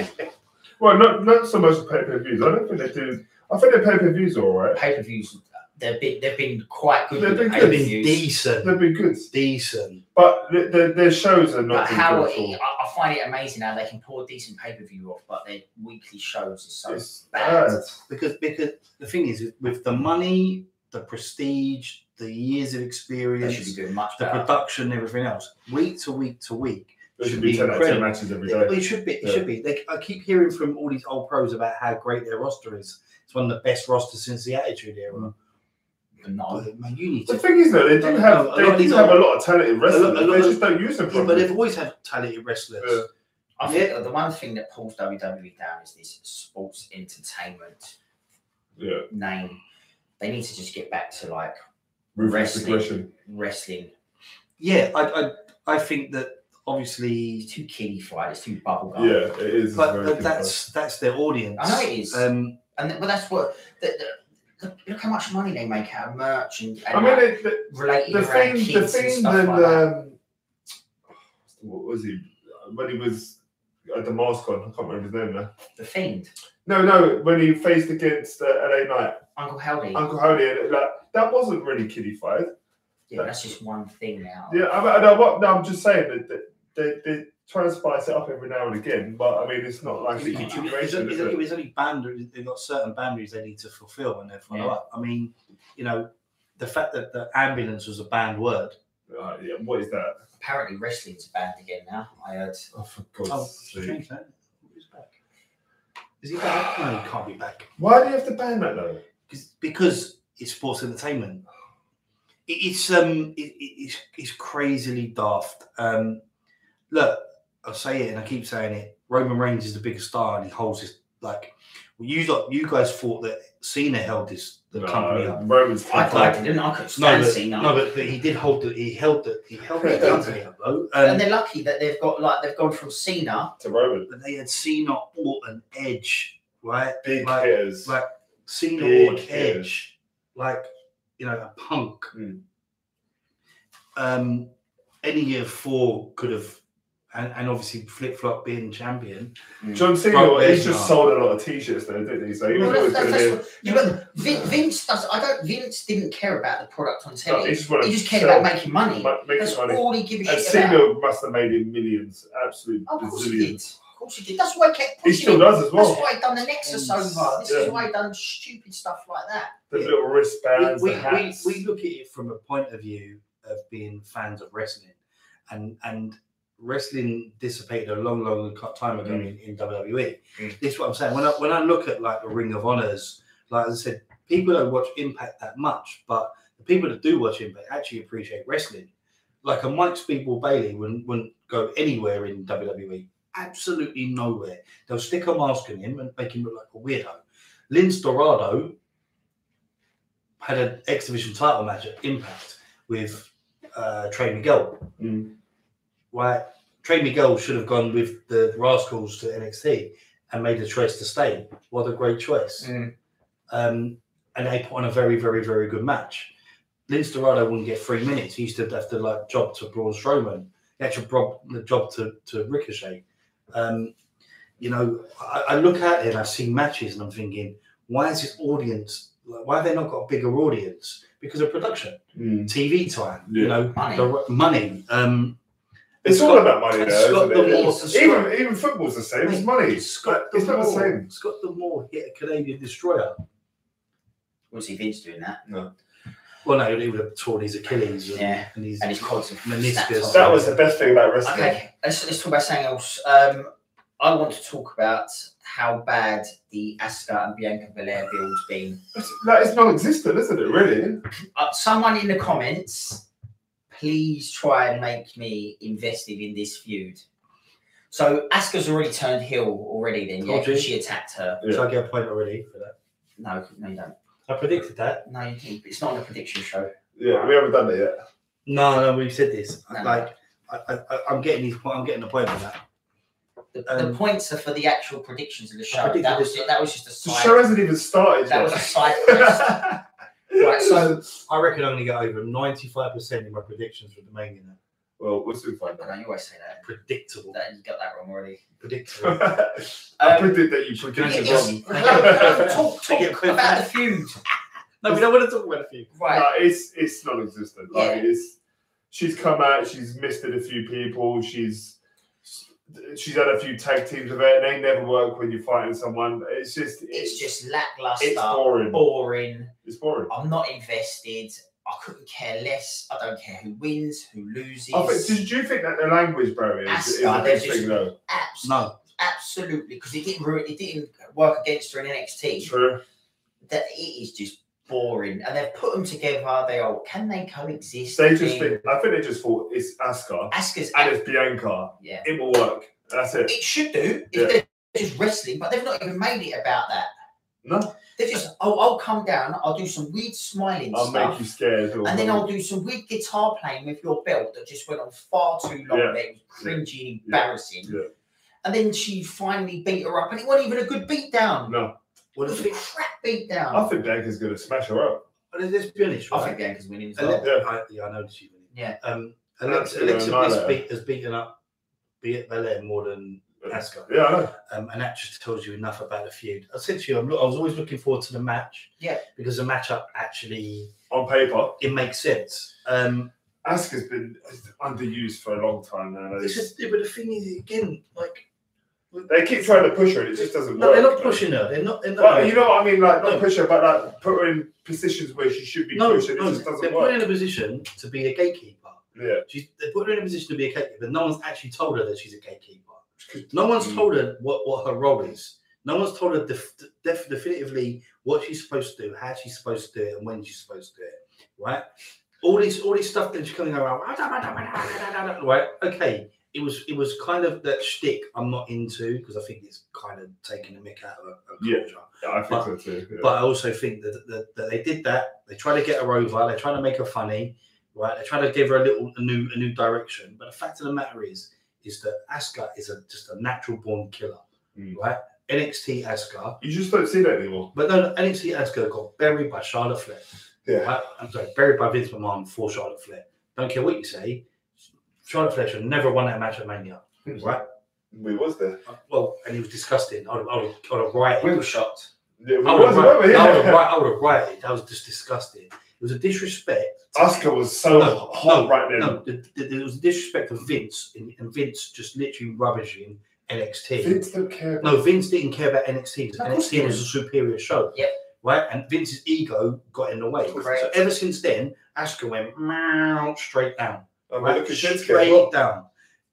S3: Well, not not so much pay per views. I don't think they do. I think their pay per views are all right.
S1: pay per views, they've been, they've been quite good.
S3: They've
S1: with
S3: been
S1: the
S3: good.
S2: They've
S1: pay-per-views.
S2: been decent,
S3: They've been good,
S2: decent.
S3: but th- their, their shows are not.
S1: But
S3: been
S1: how
S3: good at all.
S1: I, I find it amazing how they can pull a decent pay per view off, but their weekly shows are so
S3: It's
S1: bad.
S3: bad.
S2: Because because the thing is, with the money, the prestige, the years of
S1: they should be
S2: experience,
S1: doing much
S2: the
S1: better.
S2: production, everything else, week to week to week,
S3: There
S2: Should
S3: should
S2: be
S3: be ten out of ten
S2: incredible.
S3: matches every
S2: Well,
S3: day.
S2: It should be. It
S3: Yeah.
S2: should be. Like, I keep hearing from all these old pros about how great their roster is. It's one of the best rosters since the Attitude
S3: Mm.
S2: Era.
S1: But no,
S2: But man, you need
S3: The
S2: to.
S3: thing is, though, they do
S2: A
S3: have
S2: lot of
S3: they
S2: these
S3: do have
S2: are-
S3: a lot of talent in
S2: a
S3: wrestling.
S2: lot- a lot
S3: They
S2: of-
S3: just don't use them
S2: Yeah, but
S3: properly.
S2: they've always had talented wrestlers.
S3: Yeah.
S1: I think the one thing that pulls WWE down is this sports entertainment
S3: Yeah,
S1: name. They need to just get back to like
S3: ruthless
S1: Wrestling.
S3: aggression.
S1: wrestling.
S2: Yeah, I, I, I think that obviously,
S1: It's too kiddie fried. It's too bubblegum.
S3: Yeah, it is.
S2: but
S3: very
S2: but that's that's their audience.
S1: I know it is.
S2: Um,
S1: And th- but that's what. The, the, look, look how much money they make out of merch and,
S3: difficult.
S1: and
S3: I
S1: like,
S3: mean, it, the,
S1: related
S3: the
S1: around
S3: thing, the
S1: kids and
S3: thing
S1: stuff
S3: that
S1: like that.
S3: um, what was he when he was at the mask on? I can't remember his name now.
S1: The Fiend,
S3: No, no, when he faced against uh, LA Knight,
S1: Uncle Howdy.
S3: Uncle Howdy, and it, like that wasn't really kiddie fight.
S2: Oh.
S1: yeah, that's just one thing now.
S3: Yeah, I, I know what. No, I'm just saying that, that they they try to spice it up every now and again, but I mean, it's not like
S2: it, it-
S3: it's a
S2: it- it's
S3: continuation.
S2: only-
S3: is
S2: it's only-
S3: it?
S2: it's only boundaries. They've got certain boundaries they need to fulfil when they follow
S1: Yeah.
S2: up. I mean, you know, the fact that the ambulance was a banned word.
S3: Uh, yeah, what is that?
S1: Apparently, wrestling's banned again now. I heard.
S3: Oh, for
S2: Oh,
S3: God's sake!
S2: strange, that. Who's back? Is he back? No, he can't be back.
S3: Why do you have to ban that though?
S2: 'Cause- Because it's sports entertainment. It- It's um, it, it- it's it's crazily daft. Um, look, I say it and I keep saying it. Roman Reigns is the biggest star, and he holds this like. Well, you lot, you guys thought that Cena held this the company
S3: No,
S2: up.
S3: Roman's
S1: I
S2: Like-
S1: liked it, didn't I? I could
S2: No,
S1: stand
S2: but,
S1: Cena.
S2: no, but, but he did hold the he held the he held the company up though. Um,
S1: and they're lucky that they've got like they've gone from Cena.
S3: to Roman.
S2: but they had Cena, Orton, Edge, right?
S3: Big
S2: Like-
S3: hitters.
S2: like Cena
S3: Big
S2: or Edge,
S3: hitters.
S2: like you know, a punk.
S3: Mm.
S2: Um, any year four could have, and, and obviously flip flop being champion.
S3: John
S2: Brock
S3: Cena, he's
S2: Lesnar.
S3: just sold a lot of t-shirts though, didn't he? So he was
S1: Well,
S3: always
S1: that's,
S3: going
S1: that's,
S3: to be.
S1: that's what, yeah, but Vin, Vince does. I don't. Vince didn't care about the product on
S3: No,
S1: telly.
S3: wanted
S1: he
S3: to
S1: just cared
S3: sell-
S1: about making money.
S3: ma- make
S1: That's
S3: money.
S1: all he gave a
S3: And
S1: shit about.
S3: Cena must have made him millions, absolute
S1: Oh, of course he did.
S3: bazillions.
S1: Of course he did. That's why he kept
S3: He
S1: pushing.
S3: still
S1: it.
S3: does as
S1: That's
S3: well.
S1: why he done the Nexus over. This is
S3: Yeah.
S1: why he done stupid stuff like that.
S3: The little wristbands,
S2: we,
S3: the
S2: we, we,
S3: hats.
S2: we look at it from a point of view of being fans of wrestling, and and wrestling dissipated a long, long co- time ago in, in WWE.
S3: Mm.
S2: This is what I'm saying. When I when I look at like the Ring of Honors, like I said, people don't watch Impact that much, but the people that do watch Impact actually appreciate wrestling. Like a Mike Speedball Bailey wouldn't wouldn't go anywhere in WWE. Absolutely nowhere. They'll stick a mask on him and make him look like a weirdo. Lince Dorado had an X Division title match at Impact with uh, Trey Miguel.
S3: Mm.
S2: Right, Trey Miguel should have gone with the Rascals to NXT and made the choice to stay. What a great choice!
S1: Mm.
S2: Um, and they put on a very, very, very good match. Lince Dorado wouldn't get three minutes. He used to have to like job to Braun Strowman, the actual bro- the job to, to Ricochet. Um, you know, I, I look at it and I've seen matches and I'm thinking, why is this audience, like, why have they not got a bigger audience? Because of production,
S3: mm.
S2: TV time, you
S3: Yeah.
S2: know,
S1: Money.
S2: the money. Um,
S3: It's, all
S2: got-
S3: about money,
S2: it's
S3: though.
S2: got
S3: Isn't
S2: the
S3: it?
S2: more
S1: It's-
S3: Even even football's the same. It's
S2: Mate,
S3: money.
S2: Scott
S3: It's not the
S2: Moore-
S3: same.
S2: Scott the Moore hit a Canadian destroyer.
S1: We'll see Vince doing that.
S2: Well, no, he would have torn his Achilles and,
S1: Yeah.
S2: and his
S1: And his cogs have
S2: Meniscus.
S1: snapped off.
S3: That was the best thing about wrestling.
S1: Okay, let's, let's talk about something else. Um, I want to talk about how bad the Asuka and Bianca Belair build's been.
S3: It's, like, it's non-existent, isn't it? Really?
S1: Uh, someone in the comments, please try and make me invested in this feud. So Asuka's already turned heel already. Then yeah,
S2: Told you.
S1: she attacked her.
S3: Yeah.
S2: So I get a point already for that.
S1: No, no, you don't.
S2: I predicted that.
S1: No, you didn't. It's not on the prediction show.
S3: Yeah, we haven't done it yet.
S2: No, no, we've said this.
S1: No.
S2: Like, I, I, I- I'm getting his point. I'm getting a point on that.
S1: The, the
S2: Um,
S1: points are for the actual predictions of the show.
S2: predicted
S1: That was
S2: this-
S1: ju- that was just a
S3: The show
S1: side.
S3: hasn't even started.
S1: That
S3: yet.
S1: was a side quest. Right, so
S2: I reckon I'm going to get over 95% in my predictions for the main event.
S3: well, we'll soon find
S1: I know you always say that.
S2: Predictable.
S1: That you got that wrong already.
S2: Predictable.
S3: out. I
S1: Um,
S3: predict that you
S1: Yeah,
S3: predicted
S1: just-
S3: wrong.
S1: talk talk,
S2: Take it quick.
S1: about the feud.
S2: no, we don't want to talk about a few.
S1: Right.
S3: No, it's it's non-existent. Like
S1: Yeah.
S3: it's she's come out, she's missed it a few people, she's she's had a few tag teams of it, and they never work when you're fighting someone. It's just
S1: It's just lackluster,
S3: it's boring.
S1: boring.
S3: It's boring.
S1: I'm not invested. I couldn't care less. I don't care who wins, who loses.
S3: I think, Oh, did you think that the language barrier is, is a
S1: Asgard,
S3: big
S1: they're just-
S3: thing though?
S1: Abs-
S2: No.
S1: Absolutely, because it didn't ruin, it didn't work against her in NXT.
S3: True.
S1: That it is just boring, and they've put them together. They are. Can they coexist?
S3: They just think I think they just thought it's Ascar
S1: Asuka's.
S3: and it's Bianca.
S1: yeah.
S3: It will work. That's it.
S1: It should do. If
S3: Yeah.
S1: They're just wrestling, but they've not even made it about that.
S3: No.
S1: They're just, oh, I'll come down, I'll do some weird smiling
S3: I'll
S1: stuff,
S3: make you scared. Or
S1: and then I'll do some weird guitar playing with your belt that just went on far too long.
S3: Yeah.
S1: That it was cringy and
S3: Yeah.
S1: embarrassing.
S3: Yeah.
S1: And then she finally beat her up, and it wasn't even a good beat down.
S3: no.
S1: It
S2: What
S1: was
S2: is
S1: a
S2: it?
S1: crap beat down.
S3: I think Bianca's gonna smash her up.
S2: Let's be honest, right?
S1: Bianca's winning as
S2: Alexa,
S3: Yeah.
S2: I, yeah, I know that she's winning.
S1: Yeah.
S2: Um,
S3: Alexa
S2: Alexa, Alexa
S3: Bliss
S2: Bliss beat, has beaten up Be- Belair more than Asuka.
S3: Yeah, I know.
S2: um, and that just tells you enough about the feud. I said to you, I'm, lo- I was always looking forward to the match.
S1: Yeah.
S2: Because the matchup actually
S3: On paper,
S2: it makes sense. Um,
S3: Asuka's been underused for a long time now.
S2: it's just, yeah, but the thing is, again, like
S3: They keep trying to push her, and it just doesn't
S2: no,
S3: work.
S2: they're not pushing her. They're not. They're not
S3: But you know what I mean, like not
S2: No.
S3: push her, but like put her in positions where she should be
S2: no,
S3: pushed, and it
S2: no,
S3: just
S2: they're
S3: doesn't
S2: put her
S3: work.
S2: in a position to be a gatekeeper.
S3: Yeah,
S2: She's, they put her in a position to be a gatekeeper. No one's actually told her that she's a gatekeeper.
S3: 'Cause-
S2: No one's
S1: Mm.
S2: told her what, what her role is. No one's told her def- def- definitively what she's supposed to do, how she's supposed to do it, and when she's supposed to do it. Right? All this, all this stuff that she's coming around. Right? Okay. It was, it was kind of that shtick I'm not into because I think it's kind of taking a mick out of a, a
S3: Yeah.
S2: culture.
S3: yeah I think
S2: But-
S3: so too. Yeah.
S2: But I also think that, that, that they did that. They try to get her over. They try to make her funny, right? They try to give her a little a new a new direction. But the fact of the matter is, is that Asuka is a, just a natural born killer,
S1: Hmm.
S3: Mm.
S2: right? NXT Asuka,
S3: you just don't see that anymore.
S2: but no, no, NXT Asuka got buried by Charlotte Flair.
S3: Yeah,
S2: Right? I'm sorry, buried by Vince McMahon for Charlotte Flair. Don't care what you say, Charlotte Flair should never won that match at Mania,
S3: Hmm.
S2: right?
S3: we was there.
S2: Well, and he was disgusting. I would, I would, I would have rioted.
S1: We were shocked.
S3: Yeah, we
S2: I would
S3: was
S2: have
S3: over
S2: rioted.
S3: here.
S2: I would have ri- I would have rioted. That was just disgusting. It was a disrespect. to-
S3: Asuka was so
S2: No,
S3: hot
S2: no,
S3: right then.
S2: No, th- th- there was a disrespect of Vince, and, and Vince just literally rubbishing NXT.
S3: Vince don't care.
S2: No, Vince didn't care about NXT
S1: Of
S2: because
S1: course he
S2: NXT was a superior show.
S1: Yep.
S2: Right, and Vince's ego got in the way.
S1: Correct.
S2: So ever since then, Asuka went meow, straight down.
S3: I mean,
S2: Right,
S3: look at
S2: straight
S3: Shinsuke.
S2: down.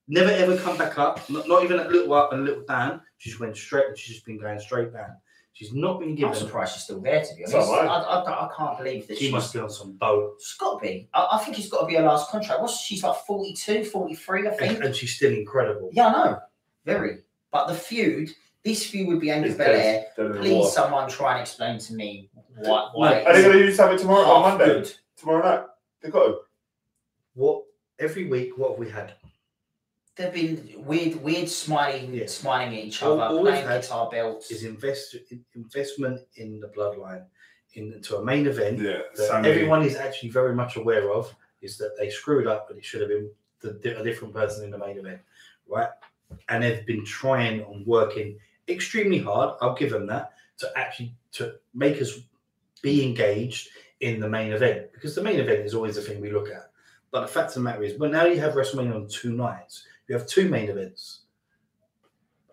S2: Never ever come back up. Not, not even a little up and a little down. She just went straight, and she's just been going straight down. She's not been
S1: I'm
S2: given.
S1: surprised she's still there, to be honest.
S3: So am I.
S1: I, I, I can't believe that
S2: She
S1: she's
S2: must be on some boat,
S1: It's got to be. I, I think it's got to be her last contract. What's she's like 42, 43, I
S2: and,
S1: think.
S2: and she's still incredible.
S1: yeah, I know. Very. But the feud, this feud with Bianca
S3: It's
S1: Belair.
S3: dead. Dead in the
S1: Please,
S3: water.
S1: someone try and explain to me why. why
S2: No,
S3: Are they
S1: it's
S3: going to do something tomorrow on
S1: half
S3: Monday?
S1: Oh, good.
S3: Tomorrow night. They got to.
S2: What every week? What have we had?
S1: They've been weird, weird, smiling,
S2: Yeah.
S1: smiling at each
S2: All-
S1: other,
S2: all we've
S1: playing
S2: had
S1: guitar belts.
S2: is invest in- investment in the bloodline, into a main event
S3: Yeah,
S2: that
S3: Sammy.
S2: everyone is actually very much aware of is that they screwed up and it should have been the, di- a different person in the main event, right? And they've been trying and working extremely hard. I'll give them that to actually to make us be engaged in the main event because the main event is always the thing we look at. But the fact of the matter is, well, now you have WrestleMania on two nights. You have two main events.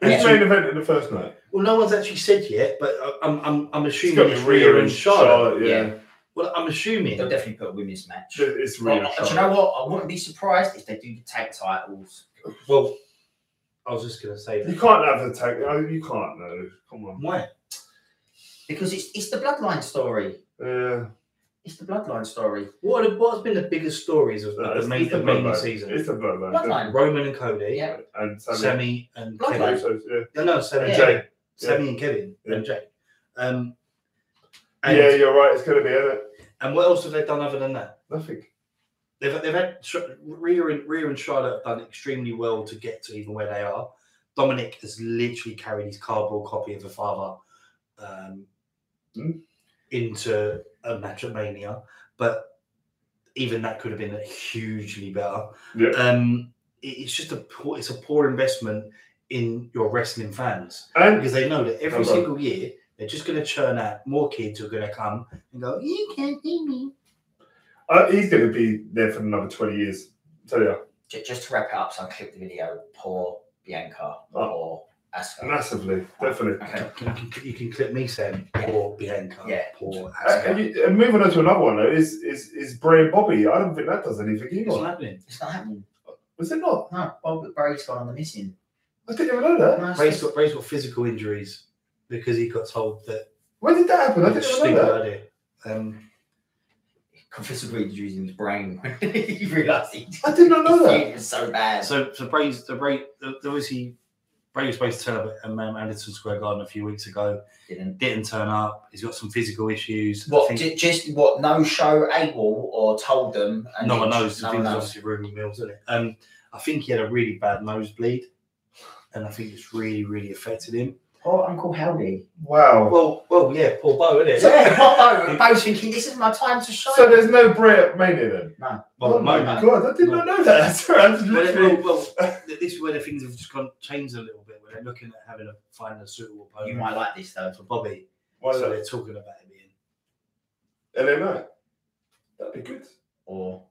S3: Who's
S1: Yeah.
S3: main event in the first night?
S2: Well, no one's actually said yet, but I- I'm I'm, I'm
S3: It's
S2: assuming
S3: got to
S2: it's
S3: be
S2: Rhea and Charlotte.
S3: yeah.
S2: Well, I'm assuming
S1: They'll definitely put a women's match.
S3: It's- It's
S1: Well,
S3: Rhea and
S1: Oh, do you
S3: Charlotte.
S1: know what? I wouldn't be surprised if they do the tag titles.
S2: Well, I was just going to say
S3: You
S2: that.
S3: can't have the tag. oh, You can't, no. Come on.
S2: Why?
S1: Because it's it's the bloodline story.
S3: Yeah.
S1: It's the bloodline story.
S2: What are, what's been the biggest stories of
S3: No,
S2: the
S3: it's-
S2: main,
S3: it's Uh, the
S2: the main
S3: bloodline.
S2: season?
S3: It's a bloodline.
S1: Bloodline.
S2: Roman and Cody,
S1: Yeah.
S3: And Sammy.
S2: Sammy and
S1: Bloodline.
S2: Kevin.
S3: So, yeah.
S2: No, no, Sammy,
S3: And
S1: Yeah.
S3: Jay.
S2: Sammy and Kevin
S3: Yeah.
S2: and Jake. Um, and,
S3: Yeah, you're right. It's going to be in it.
S2: and what else have they done other than that?
S3: Nothing.
S2: They've they've had Sh- Rhea and Rhea and Charlotte have done extremely well to get to even where they are. Dominic has literally carried his cardboard copy of the father um,
S3: Hmm.
S2: into a match at Mania, but even that could have been hugely better.
S3: Yeah.
S2: Um, it- it's just a poor, it's a poor investment in your wrestling fans
S3: And
S2: because they know that every
S3: Hold on.
S2: single year they're just going to churn out more kids who are going to come and go, you can't see me.
S3: uh, he's going to be there for another 20 years. Tell you.
S1: J- just to wrap it up, so I clipped the video. Poor Bianca. Poor Asuka.
S3: Massively. Definitely.
S1: Okay.
S2: You can, you can- you can clip me saying
S1: Yeah.
S2: poor Bianca,
S1: Yeah.
S2: poor
S3: And,
S2: Asuka.
S3: and, Uh, you, and moving on to another one, though, is, is, is Bray and Bobby. I don't think that does anything
S2: It's not
S3: either.
S2: happening.
S1: It's not happening.
S3: Was it not?
S1: No, Bob Barry's gone on the missing.
S3: I didn't even know that.
S1: No, it's
S2: Bray's
S1: just-
S2: got, Bray's got physical injuries because he got told that
S3: When did that happen? I didn't even
S2: stupid
S3: know that.
S2: idea. Um,
S1: confessed injuries in his brain when he realised he
S3: I did not know that.
S1: it was so bad.
S2: so, so Bray's the Bray the- obviously Bray was supposed to turn up at um, Anderson Square Garden a few weeks ago.
S1: Didn't.
S2: Didn't turn up. He's got some physical issues. I
S1: What?
S2: think
S1: ju- just what? No show AWOL or told them?
S2: no
S1: then
S2: one knows.
S1: just-
S2: No
S1: No one knows.
S2: obviously Ruben Mills, isn't it? Um, I think he had a really bad nosebleed, and I think it's really, really affected him.
S1: Poor Oh, Uncle Howdy.
S3: Wow.
S2: Well, well, yeah, poor Bo, isn't it?
S1: Yeah, Bobo. Bo's thinking this is my time to shine.
S3: So there's no Bray at Mania then?
S2: Well,
S3: oh my
S2: no, no.
S3: god, I did not know that. That's right. That's
S2: well,
S3: literally...
S2: well, well, th- this is where the things have just gone changed a little bit. When they're looking at having a finding a suitable
S1: You
S2: opponent
S1: might like this though.
S2: for Bobby,
S3: Why
S2: so
S3: not?
S2: they're talking about him being
S3: LA Knight. That'd be good.
S1: Or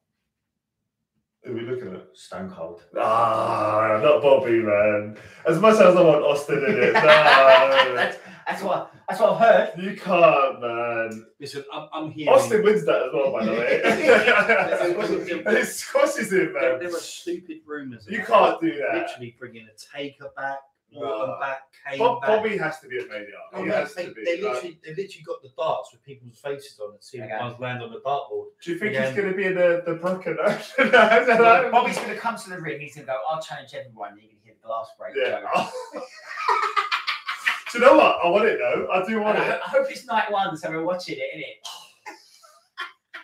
S3: Who are we looking at?
S1: Stone Cold.
S3: Ah, not Bobby, man. As much as I want Austin in it, no.
S1: that's, that's what that's what I've heard.
S3: You can't, man.
S2: Listen, I'm, I'm here.
S3: Austin wins that as well, by the way. and it squashes him,
S2: There,
S3: man.
S2: there are stupid rumours.
S3: You
S2: about
S3: can't do that.
S2: literally bringing a taker back,
S3: No.
S2: Orton back, Kane
S3: Bob,
S2: back.
S3: Bobby has to be at Mania.
S2: Oh,
S3: he
S2: no,
S3: has
S2: they,
S3: to be.
S2: they
S3: Like,
S2: literally, they literally got the darts with people's faces on and see if
S1: Okay.
S2: ones land on the dartboard.
S3: do you think
S2: Again.
S3: he's going to be in the, the Brocken? no, no, no.
S1: Bobby's going to come to the ring. He's going to go. I'll challenge everyone. You're going to hear the glass break.
S3: Yeah.
S1: joke."
S3: do you know what? I want it, though. I do
S1: And
S3: want
S1: I,
S3: it.
S1: ho- I hope it's night one, so we're watching it, isn't it?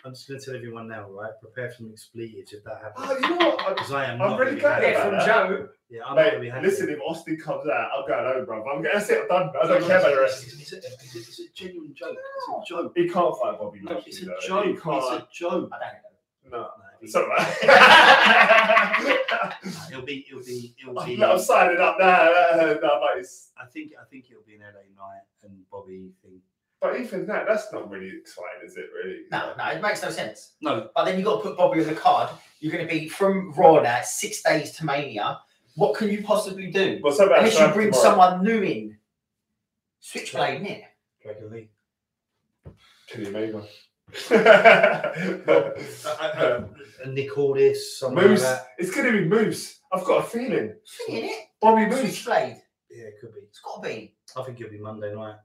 S2: I'm just going to tell everyone now, right? Prepare for some expletives if that happens.
S3: Oh, you know what?
S2: Because I am.
S3: I'm
S2: not
S3: really
S2: gonna be
S3: glad
S2: happy.
S1: Yeah, from
S3: that.
S1: Joe.
S2: Yeah, I'm not
S3: Mate,
S2: going to be happy.
S3: listen, if Austin comes out, I'm going home, bro. I'm, that's it. I'm done. I don't care about the rest.
S2: It's, a, it's a- it's a genuine joke. It's a joke.
S3: He can't fight Bobby
S2: No,
S3: Lashley.
S2: it's a
S3: though.
S2: joke.
S3: He
S2: It's
S3: can't.
S2: a joke.
S1: I don't
S3: No.
S2: No,
S3: It's
S2: it'll
S3: all right.
S2: be- it'll be, it'll be, it'll
S3: I'm,
S2: be.
S3: not- I'm signing up now. No, mate. It's,
S2: I think, I think it'll be an LA night and Bobby thing.
S3: but even that, that's not really exciting, is it? Really?
S1: know. No, no, it makes no sense.
S2: No,
S1: But then you've got to put Bobby on the card. You're going to be from Raw now, six days to Mania. What can you possibly do?
S3: Well, so about
S1: Unless you
S3: Sam
S1: bring
S3: tomorrow.
S1: someone new in. Switchblade, innit?
S2: Dragon Lee.
S3: Kenny Omega.
S2: And Nick Aldis, someone like
S3: Moose.
S2: that.
S3: uh, It's going to be Moose. I've got a feeling.
S1: Swing it.
S3: Bobby Moose.
S1: Switchblade.
S2: Yeah, it could be.
S1: It's got to be.
S2: I think it'll be Monday night.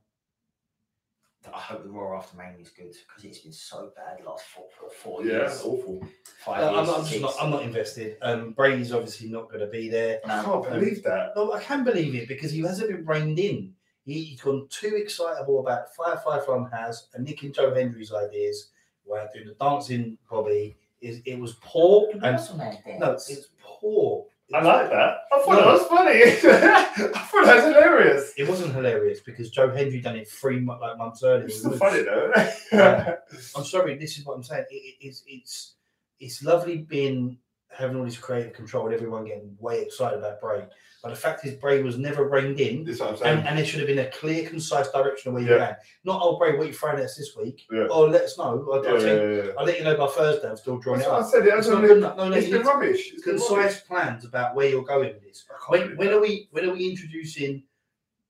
S1: I hope the Raw after Mania is good because it's been so bad last four, four, four
S3: Yeah,
S1: years.
S3: awful.
S1: Five
S2: I'm,
S1: years.
S2: not, I'm just
S1: six.
S2: not. I'm not invested. Um, Brady's obviously not going to be there.
S3: I can't believe that.
S2: No, I can believe it because he hasn't been reined in. He, he's gone too excitable about Firefly Fun has and Nick and Joe Henry's ideas. Where doing the dancing, Bobby is it was poor
S1: It
S2: and
S1: was on that dance.
S2: no, it's poor.
S3: I like that. I thought that was funny. I thought that was hilarious.
S2: It wasn't hilarious because Joe Hendry done it three mo- like months earlier.
S3: It's
S2: It
S3: still
S2: was-
S3: funny though.
S2: Yeah. I'm sorry, this is what I'm saying. It, it, it's it's it's lovely being having all this creative control and everyone getting way excited about Bray. But the fact is, Bray was never reined in,
S3: That's what I'm saying.
S2: and, and there should have been a clear, concise direction of where
S3: Yeah.
S2: you're going. Not, oh, Bray, what are you throwing at us this week?
S3: Yeah.
S2: Oh, let us know. I'll,
S3: yeah,
S2: I'll,
S3: yeah,
S2: tell you-
S3: yeah, yeah.
S2: I'll let you know by Thursday. I'm still drawing
S3: That's
S2: it
S3: what I
S2: up.
S3: said. That's
S2: It's
S3: what
S2: not
S3: I
S2: good
S3: mean.
S2: enough. No, no,
S3: It's
S2: you
S3: been
S2: need to-
S3: rubbish. It's been rubbish.
S2: concise plans about where you're going with this.
S3: I can't
S2: When,
S3: believe
S2: when
S3: that.
S2: are we when are we introducing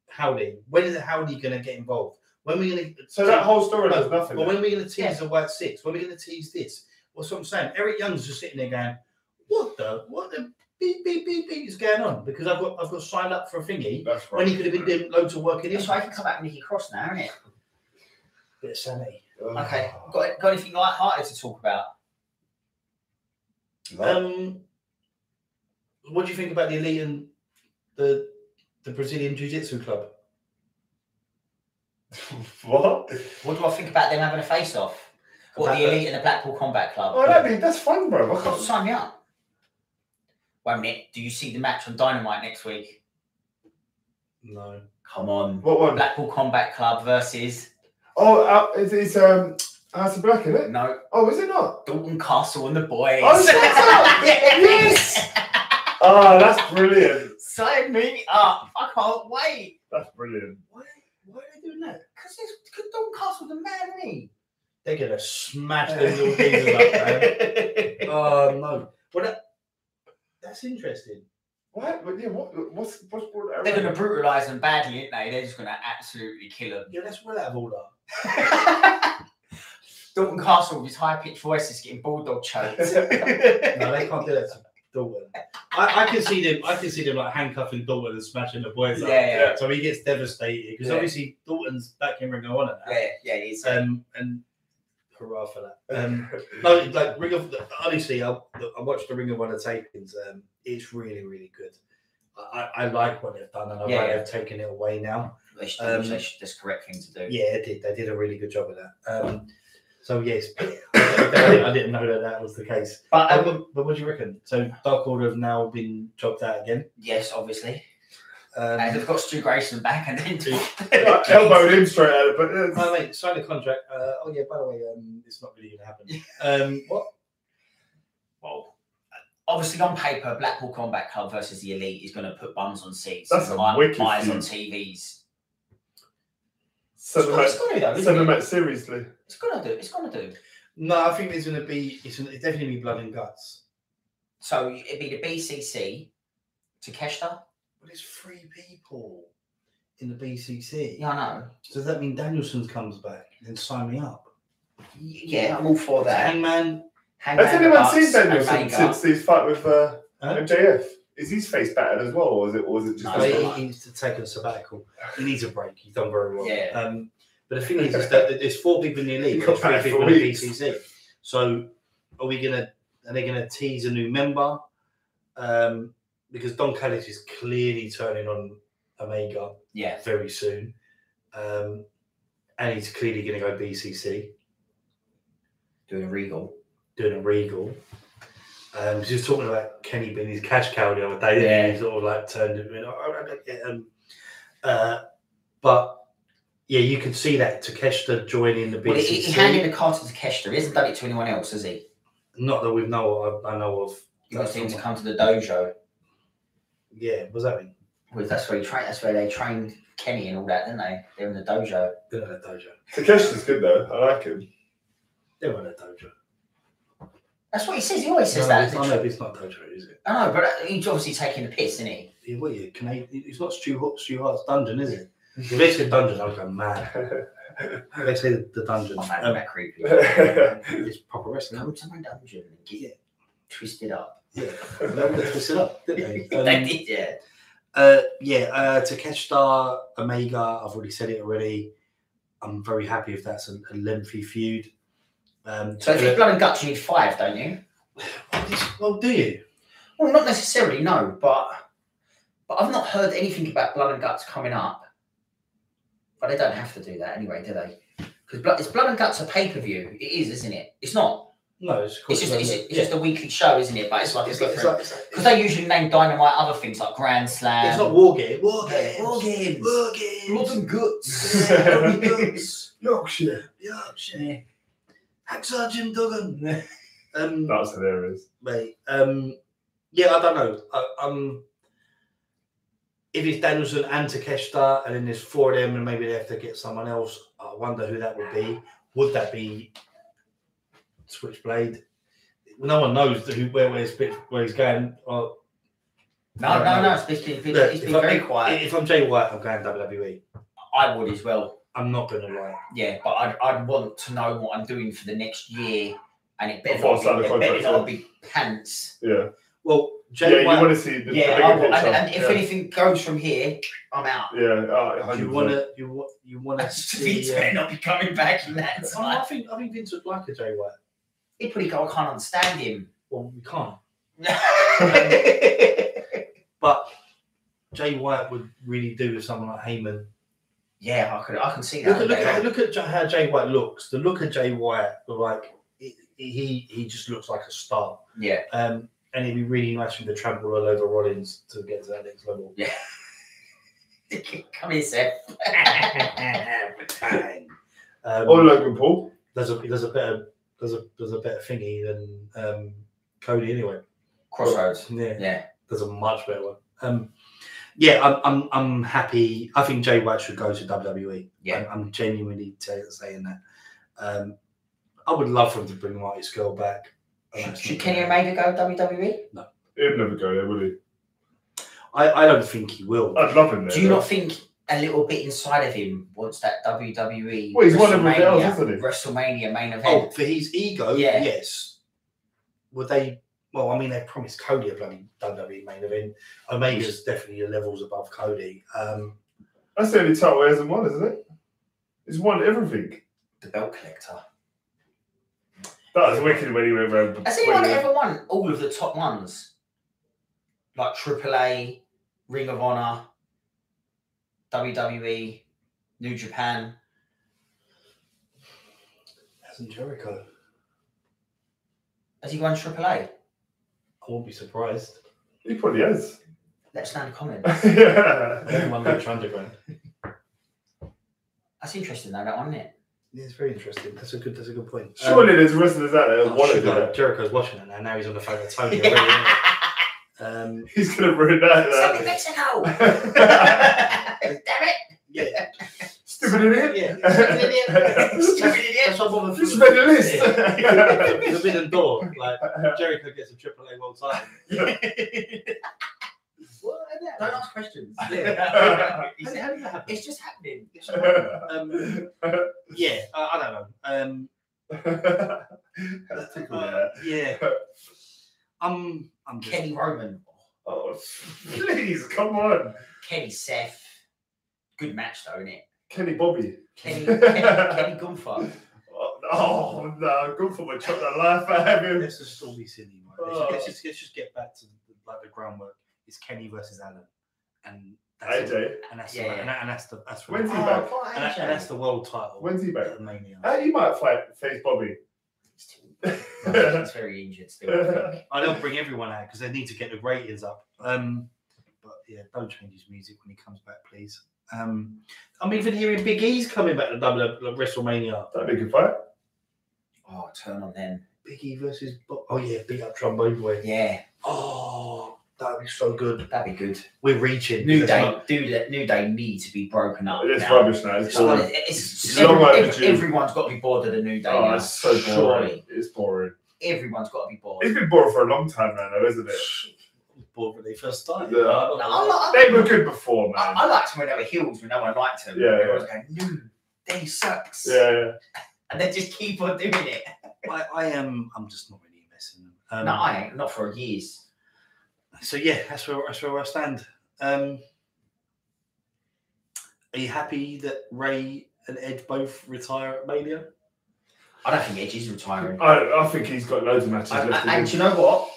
S2: Howdy? When is Howdy going to get involved? When are we going to
S3: So that whole story
S2: No,
S3: does nothing.
S2: But when are we going to tease
S1: Yeah.
S2: the white six? When are we going to tease this? What's what I'm saying? Eric Young's just sitting there going, "What the what the beep beep beep beep is going on?" Because I've got I've got signed up for a thingy
S3: That's right.
S2: when he could have been doing loads of work in
S1: It's
S2: this
S1: why I can come back with Nikki Cross now, isn't it?
S2: bit of sanity.
S3: Ugh.
S1: Okay. Got, got anything light-hearted to talk about?
S2: Um, what do you think about the elite and the the Brazilian Jiu Jitsu club?
S3: what?
S1: What do I think about them having a face-off? Or
S2: About
S1: the
S2: the-
S1: Elite and the Blackpool Combat Club?
S3: Oh, that mean that's fun, bro. I
S1: Well,
S3: can't-
S1: sign me up. Wait a minute. Do you see the match on Dynamite next week?
S2: No,
S1: Come on.
S3: What one?
S1: Blackpool Combat Club versus
S3: Oh, uh, it's, it's um, House of Black, isn't it?
S1: no
S3: Oh, is it not?
S1: Dalton Castle and the boys.
S3: Oh, shut up! yes. Oh, that's brilliant.
S1: Sign me up. I can't wait.
S3: That's brilliant.
S1: Why, why are they doing that? Because Dalton Castle's a man, isn't he?
S2: they're going to smash those little things up. man. Oh no! Well, that, that's interesting.
S3: What? But yeah, what? What's what's brought that
S1: They're going to
S3: around?
S1: brutalise them badly, aren't they? They're just going to absolutely kill them.
S2: Yeah, that's well out of order.
S1: Dalton Castle with his high-pitched voice is getting bulldog choked.
S2: No, they can't do that to Dalton. I, I can see them. I can see them like handcuffing Dalton and smashing the boys up.
S1: Yeah, yeah.
S2: So he gets devastated because
S1: Yeah.
S2: obviously Dalton's back in Ring of Honor now.
S1: yeah, yeah, it is.
S2: Um, and hurrah for that. Um, no, like Ring of honestly, I, I watched the Ring of Honor tapings. Um, it's really, really good. I, I I like what they've done, and I
S1: Yeah,
S2: like
S1: yeah.
S2: they've taken it away now.
S1: They should,
S2: Um,
S1: they should, that's the correct thing to do.
S2: Yeah, it did. They did a really good job of that. Um, so yes, I didn't know that that was the case.
S1: But
S2: Um,
S1: um,
S2: but, what do you reckon? So Dark Order have now been chopped out again.
S1: yes, obviously. And
S2: Um,
S1: they've got Stu Grayson back and then
S3: I elbowed him straight at it, but it's,
S2: oh wait, sign the contract. Uh, oh yeah, by the way, um, it's not really going to happen. Um, what?
S1: Well, obviously on paper, Blackpool Combat Club versus the Elite is going to put bums on seats.
S3: That's
S1: and
S3: a
S1: eye-
S3: wicked
S1: eyes on
S3: feud.
S1: TVs. It's
S3: seven
S1: got,
S3: match,
S1: it's got to though. isn't
S3: seven
S1: it?
S3: match seriously.
S1: It's got to do. It's got to do.
S2: No, I think there's going to be. It's, gonna- it's definitely gonna be blood and guts.
S1: So it'd be the BCC to Keshta.
S2: But it's three people in the BCC.
S1: Yeah, I know.
S2: So does that mean Danielson comes back and then sign me up?
S1: Y- Yeah, I'm all for that.
S2: Hangman.
S1: Hangman
S3: Has anyone
S1: Bucks,
S3: seen Danielson
S1: Omega.
S3: since his fight with uh,
S2: Huh?
S3: MJF? Is his face battered as well, or is it? Or is it just?
S1: No,
S2: No,
S1: That's
S2: he,
S1: all right.
S2: he needs to take a sabbatical. He needs a break. He's done very well.
S1: Yeah.
S2: Um, but the thing is, is that there's four people in the
S3: He
S2: elite, there's
S3: got
S2: three
S3: back for
S2: people in the
S3: weeks.
S2: BCC. So are we gonna? Are they gonna tease a new member? Um, because Don Callis is clearly turning on Omega
S1: Yeah,
S2: very soon, um, and he's clearly gonna go BCC
S1: doing a regal.
S2: doing a regal. Um, she was talking about Kenny being his cash cow the other day. didn't
S1: Yeah.
S2: he? He sort of like turned it. and, "Oh, I don't get it," Um, uh, but yeah, you can see that Takeshita joining the BCC.
S1: Well, he, he handed the card to Keshta. He hasn't done it to anyone else, has he?
S2: Not that we know. I, I know of.
S1: He wants him to come to the dojo.
S2: Yeah, was that mean?
S1: Well, that's where he trained. That's where they trained Kenny and all that, didn't they? They're in the dojo.
S2: They're not a dojo.
S3: Takeshita's good though. I like him.
S2: They're not a dojo.
S1: That's what he says. He always says
S2: No,
S1: that.
S2: it's- I know, but it's not a dojo, is it?
S1: I know, but uh, he's obviously taking the piss, isn't he?
S2: Yeah, what are you? Can I, it's not Stu, Hart- Stu Hart's dungeon, is it? If they said dungeon, I would go mad. If they say the, the dungeon,
S1: My Oh, man,
S2: um,
S1: that creepy.
S2: it's proper wrestling.
S1: Come to my dungeon and get it twisted up.
S2: Yeah, they would have twisted up, didn't they?
S1: they
S2: Um,
S1: did, yeah.
S2: uh, yeah, uh, Takeshita Omega. I've already said it already. I'm very happy if that's a, a lengthy feud. Um,
S1: So if
S2: Takeshita-
S1: it's blood and guts, you need five, don't you?
S2: well, do you?
S1: Well, not necessarily, no. But but I've not heard anything about blood and guts coming up. But they don't have to do that anyway, do they? Because blood, it's blood and guts a pay per view. It is, isn't it? It's not.
S2: No, it's,
S1: It's just it's, it's just a weekly show, isn't it? But it's like
S2: it's,
S1: it's
S2: like, it's,
S1: different
S2: like, it's, like,
S1: because they usually name Dynamite other things like Grand Slam.
S2: it's not war game. War games.
S1: War games.
S2: War games.
S1: Blood and guts.
S2: Yeah, blood and guts.
S3: Yorkshire.
S2: Yorkshire.
S1: Yeah.
S2: Hacksaw Jim Duggan. Um,
S3: That's hilarious.
S2: mate. Um, yeah, I don't know. I, um, if it's Danielson and Takeshita, and then there's four of them, and maybe they have to get someone else. I wonder who that would be. Would that be Switchblade? No one knows who, where where he's, where he's going. Uh,
S1: No, no, no. It's been, it's been,
S2: look,
S1: it's
S2: if
S1: been
S2: I'm-
S1: very quiet.
S2: If I'm Jay White, I'm going WWE.
S1: I would as well.
S2: I'm not going to lie.
S1: Yeah, but I'd, I'd want to know what I'm doing for the next year, and it better
S3: Before I
S1: not
S3: sign the
S1: be, it better
S3: contract,
S1: not be pants.
S3: Yeah.
S2: Well,
S3: Yeah,
S2: Jay
S3: you
S2: White.
S3: want to see the,
S1: Yeah,
S3: the
S1: I
S3: bigger
S1: would,
S3: picture.
S1: and, and if
S3: yeah.
S1: anything goes from here, I'm out.
S3: yeah, uh, 100%.
S2: you want to you want you want to
S1: Vince
S2: see.
S1: better
S2: Uh,
S1: not be coming back in that
S2: I
S1: time.
S2: think I think Vince would like a Jay White.
S1: He probably go, I can't understand him.
S2: Well, we can't.
S1: yeah,
S2: But Jay White would really do with someone like Heyman.
S1: I could, I can see that.
S2: Look at look at look at J- how Jay White looks. The look of Jay White, like he he he just looks like a star.
S1: yeah,
S2: Um, and it'd be really nice for him to trample all over Rollins to get to that next level.
S1: come here, Seth.
S2: Bang. um,
S3: Or Oh, Logan Paul.
S2: there's a there's a better there's a there's a better thingy than um, Cody anyway.
S1: Crossroads.
S2: Yeah.
S1: Yeah,
S2: there's a much better one. Um, yeah, I'm, I'm I'm happy. I think Jay White should go to WWE.
S1: Yeah.
S2: I'm, I'm genuinely t- saying that. Um, I would love for him to bring Marty Skrull back. Uh, I know
S1: should,
S2: it's
S1: should
S2: not
S1: Kenny
S2: gonna-
S1: Omega go E? WWE?
S3: He'd never go there, would he?
S2: I, I don't think he will.
S3: I'd love him there.
S1: Do you
S3: though.
S1: not think a little bit inside of him wants that WWE
S3: Well, he's one of them girls,
S1: WrestleMania,
S3: isn't he?
S1: WrestleMania main
S2: Oh,
S1: event?
S2: for his ego,
S1: Yeah.
S2: yes. Would they? Well, I mean, they promised Cody a bloody WWE main event. Omega's definitely levels above Cody. Um,
S3: That's the only title he hasn't won, isn't it? He's won everything.
S1: The belt collector.
S3: That was wicked when he went round.
S1: Has anyone ever won all of the top ones? Like AAA, Ring of Honor, WWE, New Japan.
S2: hasn't Jericho?
S1: Has he won AAA?
S2: I won't be surprised.
S3: He probably has.
S1: Let us know in the comments.
S2: Everyone
S3: yeah.
S2: Lucha Underground.
S1: That's interesting though, that one, isn't it?
S2: Yeah, it's very interesting. That's a good. That's a good point.
S3: Surely there's wrestlers out there that
S2: Oh,
S3: want to
S2: shit,
S3: do
S2: no,
S3: that.
S2: Jericho's watching it now. Now he's on the phone with Tony.
S1: Yeah.
S2: um,
S3: He's going to ruin that.
S1: Send me
S3: that.
S1: Mexico! Damn it!
S2: yeah,
S3: Stupid idiot.
S2: yeah.
S1: Stupid idiot! Stupid idiot!
S2: That's what bothered
S3: Just made a list.
S2: The hidden door, like Jericho gets a triple A world title. What?
S1: Don't ask questions.
S3: Yeah.
S1: He said,
S2: did that happen?
S1: it's just happening.
S2: Um, yeah, I, I don't know. Um,
S3: That's tickled
S2: uh,
S3: there.
S2: yeah, I'm. I'm just,
S1: Kenny Roman.
S3: Oh, please, come on.
S1: Kenny Seth. Good match though, isn't it?
S3: Kenny Bobby.
S1: Kenny, Kenny, Kenny Gunther.
S3: Oh, oh no, good for my chop the life out of him.
S2: Let's just all be silly. Right? Let's, just, let's, just, let's just get back to the, like the groundwork. It's Kenny versus Allen, and that's it.
S3: AJ,
S2: and that's
S1: Yeah.
S2: the, and, that- and that's the that's
S3: When's he
S2: the,
S3: back?
S1: Oh, what
S2: and, that- and that's the world title.
S3: when's he back?
S2: at Mania.
S3: Uh, you might fight face Bobby.
S1: He's very injured still. I think.
S2: I don't bring everyone out because they need to get the ratings up. Um, but yeah, don't change his music when he comes back, please. Um, I'm even hearing Big E's coming back to double like WrestleMania.
S3: That'd be a good fight.
S1: Oh, turn on them.
S2: Big E versus Bo- oh yeah, beat up Trombone Boy.
S1: Yeah,
S2: Oh, that'd be so good.
S1: that'd be good.
S2: We're reaching.
S1: New
S2: That's
S1: Day,
S2: not-
S1: do that. New Day need to be broken up.
S3: It's
S1: now.
S3: rubbish now. It's
S1: It's, like-
S3: boring.
S1: it's-
S3: It's long
S1: every-
S3: overdue.
S1: everyone's got to be bored of the New Day
S3: Oh,
S1: now.
S3: it's so boring.
S1: Surely,
S3: It's boring.
S1: everyone's got to be bored.
S3: It's been boring for a long time now, though, isn't it?
S2: Bored when they first started.
S3: Yeah.
S1: No, I'm not-
S3: They were good before,
S1: I,
S3: man.
S1: I liked when they were heels when no one liked them.
S3: Yeah, yeah.
S1: Everyone's going, no, they sucks.
S3: Yeah.
S1: And they just keep on doing it.
S2: I, I am. I'm just not really messing. Um,
S1: no, I ain't. Not for years.
S2: so yeah, that's where that's where I stand. Um, are you happy that Ray and Edge both retire at Mania?
S1: I don't think Edge is retiring.
S3: I, I think he's got loads of matches
S1: I-
S3: left.
S1: I-
S3: in
S1: and do
S3: him.
S1: you know what?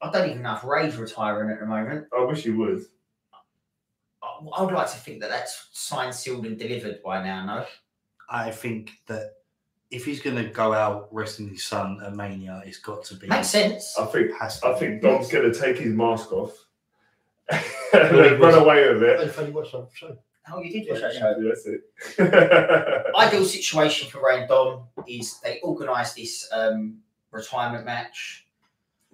S1: I don't even know if Ray's retiring at the moment.
S3: I wish he would.
S1: I, I would like to think that that's signed, sealed, and delivered by now. No,
S2: I think that if he's going to go out wrestling his son at Mania, it's got to be.
S1: Makes sense.
S3: I think
S2: Has to
S3: I
S2: be.
S3: think Dom's gonna take his mask off and then run away with
S4: They
S3: it.
S4: finally watched that show.
S1: Oh, you did watch that show.
S3: Yeah, That's it.
S1: Ideal situation for Ray and Dom is they organise this um, retirement match.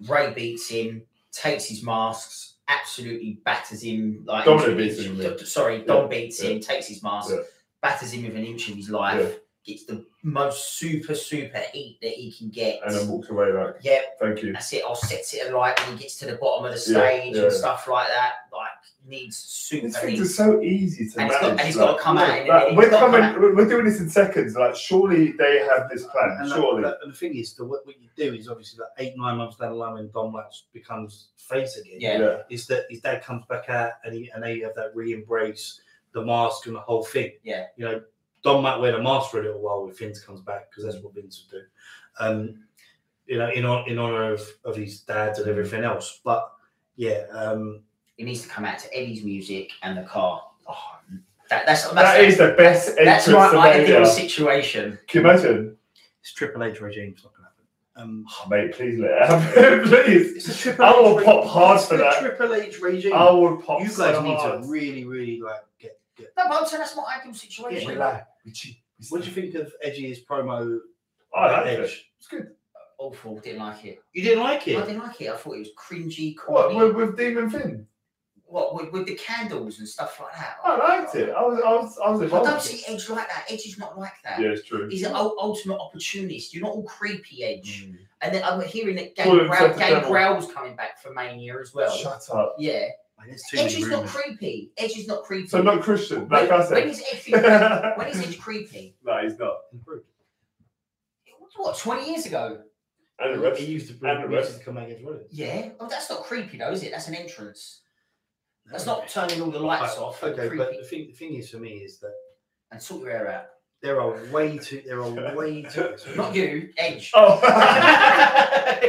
S1: Ray beats him, takes his masks, absolutely batters him. Like
S3: Dominic beats him,
S1: D-
S3: yeah.
S1: d- sorry, Dom beats him, takes his mask,
S3: Yeah.
S1: batters him with an inch of his life, gets the most super super heat that he can get.
S3: and then walked away like,
S1: yeah,
S3: thank you.
S1: that's it. I'll set it alight when he gets to the bottom of the
S3: Yeah,
S1: stage
S3: yeah.
S1: and stuff like that. Like needs
S3: These
S1: super.
S3: things
S1: heat.
S3: are so easy to
S1: And it's
S3: manage.
S1: got- and it's gotta
S3: like,
S1: come out in-
S3: like,
S1: it's
S3: we're
S1: gotta come
S3: coming.
S1: out.
S3: We're, we're doing this in seconds. Like, surely they have this plan.
S2: And that-
S3: surely.
S2: that- and the thing is, the, what, what you do is obviously that eight, nine months down the line when Dom Latch becomes face again,
S1: Yeah.
S2: is that his dad comes back out and, he, and they have that re embrace the mask and the whole thing.
S1: Yeah.
S2: You know, Dom might wear the mask for a little while when Vince comes back because that's what Vince would do. Um, you know, in, hon- in honor of, of his dad and everything else. But yeah, um,
S1: It needs to come out to Eddie's music and the car. Oh, that, that's that's
S3: That is the best entrance
S1: that's my
S3: to
S1: ideal
S3: Mania.
S1: situation.
S3: Can you imagine?
S2: it's Triple H regime's not going to happen. Um,
S3: Oh, mate, please let it happen. please.
S2: it's a Triple
S3: I will
S2: H
S3: pop hard
S2: it's
S3: for
S2: the
S3: that.
S2: Triple H regime.
S3: I would pop
S2: you guys
S3: so
S2: need
S3: hard.
S2: to really, really like get. get.
S1: No, but I'm saying that's my ideal
S2: Yeah,
S1: situation.
S2: we
S3: lie. We cheat. We
S2: What do you
S3: steal.
S2: think of Edgy's promo?
S3: I like
S2: Edge?
S3: it. It's good.
S1: Awful. Didn't like it.
S2: You didn't like
S1: I
S2: it.
S1: didn't like it. I thought it was cringy.
S3: What
S1: Corny. What,
S3: with, with Demon Finn?
S1: with, with the candles and stuff like that?
S3: I liked it. I was, I was, I was
S1: I
S3: involved.
S1: don't see Edge like that. Edge is not like that.
S3: Yeah, it's true.
S1: He's an ul- ultimate opportunist. You're not all creepy,
S3: Mm.
S1: Edge. And then I'm hearing that
S3: Call
S1: Gang
S3: himself
S1: Growl,
S3: the
S1: Gang
S3: devil.
S1: Growl's coming back for Mania as well.
S3: Shut up.
S1: Yeah.
S2: Man, There's too
S1: Edge
S2: many
S1: is not
S2: rumours.
S1: creepy. Edge is not creepy.
S3: So not Christian, like
S1: when,
S3: I
S1: when
S3: said.
S1: is Edge creepy? when is Edge creepy?
S3: no, he's not.
S1: It was, What, 20 years ago?
S3: And the
S2: He
S3: rest.
S2: used to,
S3: and the
S2: he used
S3: rest.
S2: to come out against Rollins.
S1: Yeah. Well, Oh, that's not creepy, though, is it? That's an entrance. That's not turning all the lights off and,
S2: Okay,
S1: creepy,
S2: but the thing, the thing is for me is that
S1: and sort your hair out.
S2: there are way too, there are way too.
S1: Not you, Edge.
S2: Oh.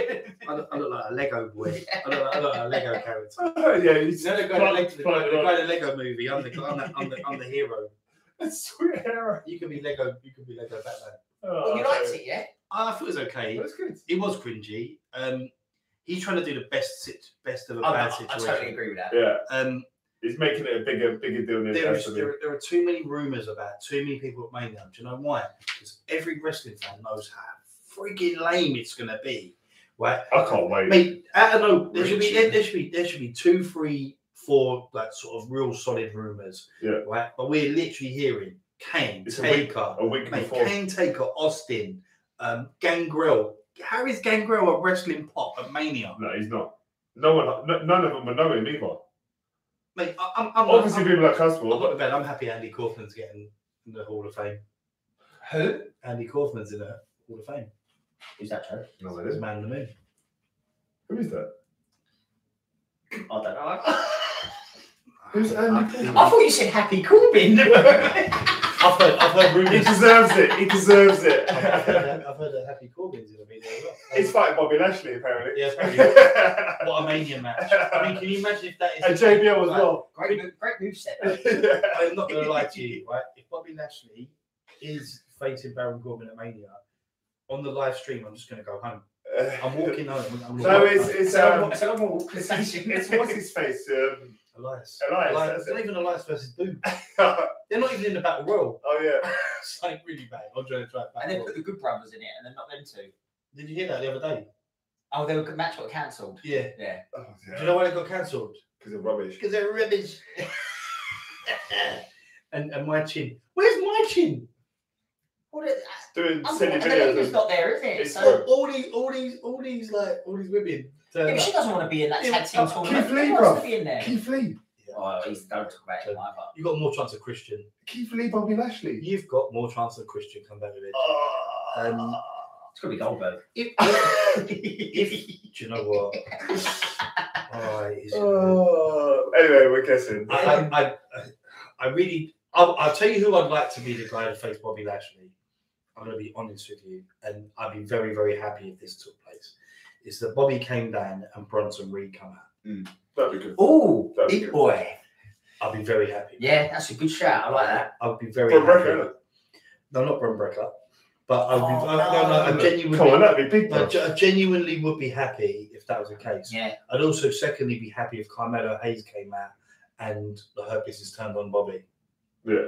S3: Oh.
S2: I look, I look like a Lego boy. I look, like- I look like a Lego character.
S3: yeah, he's
S2: You know the guy,
S3: Fly-
S2: that Lego, the,
S3: fly
S2: guy, the
S3: around.
S2: guy in the Lego movie. I'm the, I'm the, I'm the, I'm the hero.
S3: Sweet Oh, hair.
S2: You can be Lego. You can be Lego Batman.
S1: Well, you liked it, yeah?
S2: I thought it was okay.
S3: That's good.
S2: It was cringy. Um, he's trying to do the best sit, best of a
S1: I, I, I
S2: bad situation.
S1: totally agree with that.
S3: Yeah,
S2: Um,
S3: he's making it a bigger, bigger deal than it
S2: there,
S3: has
S2: is,
S3: to be.
S2: there, are- there are too many rumours about too many people at Mania. Do you know why? Because every wrestling fan knows how friggin' lame it's going to be. Right?
S3: I can't wait.
S2: Mate, I don't know. There should be
S1: Richie.
S2: there, there should be there should be two, three, four like sort of real solid rumours.
S3: Yeah.
S2: Right? But we're literally hearing Kane,
S3: It's a week-
S2: Taker,
S3: A week
S2: mate,
S3: before.
S2: Kane Taker, Austin, um, Gangrel. How is Gangrel a wrestling pop at Mania?
S3: No, he's not. No one, no, none of them are knowing either.
S2: Mate, I, I'm, I'm
S3: Obviously,
S2: I'm,
S3: people like
S2: I'm,
S3: Caswell.
S2: not bad. I'm happy Andy Kaufman's getting in the Hall of Fame.
S1: Who?
S2: Andy Kaufman's in the Hall of Fame.
S1: Who's that, Joe?
S3: No, it
S2: He's
S3: is.
S2: man in the moon.
S3: Who is that?
S1: I don't know.
S3: Who's um, Andy
S2: Um,
S3: Kaufman?
S1: I thought you said Happy Corbin.
S2: I've heard, I've heard
S3: Oh, He
S2: rumours.
S3: deserves it. He deserves it.
S2: I've heard, I've heard that Happy Corbin's in the video as well.
S3: He's fighting Bobby Lashley apparently.
S2: Yeah,
S3: and
S2: What a mania match! I mean, can you imagine if that is?
S3: JBL as well.
S1: great, move- great moveset. though.
S2: I'm not going to lie to you, right? If Bobby Lashley is facing Baron Corbin at Mania on the live stream, I'm just going to go home. I'm walking home. I'm
S3: So
S2: walking
S3: it's
S2: home.
S3: it's
S1: It's a
S3: um,
S1: long- it's a long walk.
S3: it's, it's what's his face? Um,
S2: Elias.
S3: Elias, that's
S2: It's not
S3: it.
S2: even Elias versus Boom.
S3: oh
S2: They're not even in the battle royal.
S3: yeah.
S2: It's like really bad. I'm trying to try
S1: And
S2: battle
S1: then
S2: royal.
S1: put the Good Brothers in it, and then not them two.
S2: Did you hear that the other day?
S1: Oh, they were good match got cancelled.
S2: Yeah.
S1: Yeah.
S3: Oh
S2: Do
S3: yeah.
S2: you know why they got cancelled?
S3: Because of rubbish.
S2: Because they're rubbish. and and my chin. Where's my chin?
S1: Well, it-
S3: Doing
S1: I'm,
S3: silly
S1: and the
S3: videos.
S1: lady's
S3: and-
S1: not there, is it?
S3: It's
S1: So
S2: All, all these, all these, all these, like all these women. turn
S1: yeah, but
S2: up.
S1: she doesn't want to be in that
S2: Yeah,
S1: tag team
S2: Keith
S1: tournament.
S3: Lee,
S1: Who wants
S3: bruv.
S1: to be in there?
S3: Keith Lee.
S1: Oh, he's don't talk about him either.
S2: You've got more chance of Christian.
S3: Keith Lee. Bobby Lashley.
S2: You've got more chance of Christian come back with it.
S3: Oh.
S2: Um,
S1: It's gonna be Goldberg.
S2: If- do you know what? Oh, it is-
S3: Oh. Anyway, we're guessing.
S2: I, I, I, I really, I'll, I'll tell you who I'd like to be the guy to face Bobby Lashley. I'm going to be honest with you, and I'd be very, very happy if this took place. Is that Bobby came down and Bronson Reed come out?
S3: That'd be good.
S1: Oh,
S3: That'd be
S1: big
S3: good.
S1: boy.
S2: I'd be very happy.
S1: Yeah, that's a good shout. I like that.
S2: I'd be very
S3: Bron
S2: happy.
S3: Breakker.
S2: No, not Bron Breaker. But I would,
S1: Oh,
S2: I, I, I, I
S3: no.
S2: genuinely,
S3: Come on, that'd be big.
S2: I,
S3: bro.
S2: ge- I genuinely would be happy if that was the case.
S1: Yeah,
S2: I'd also, secondly, be happy if Carmelo Hayes came out and the her business turned on Bobby
S3: Yeah.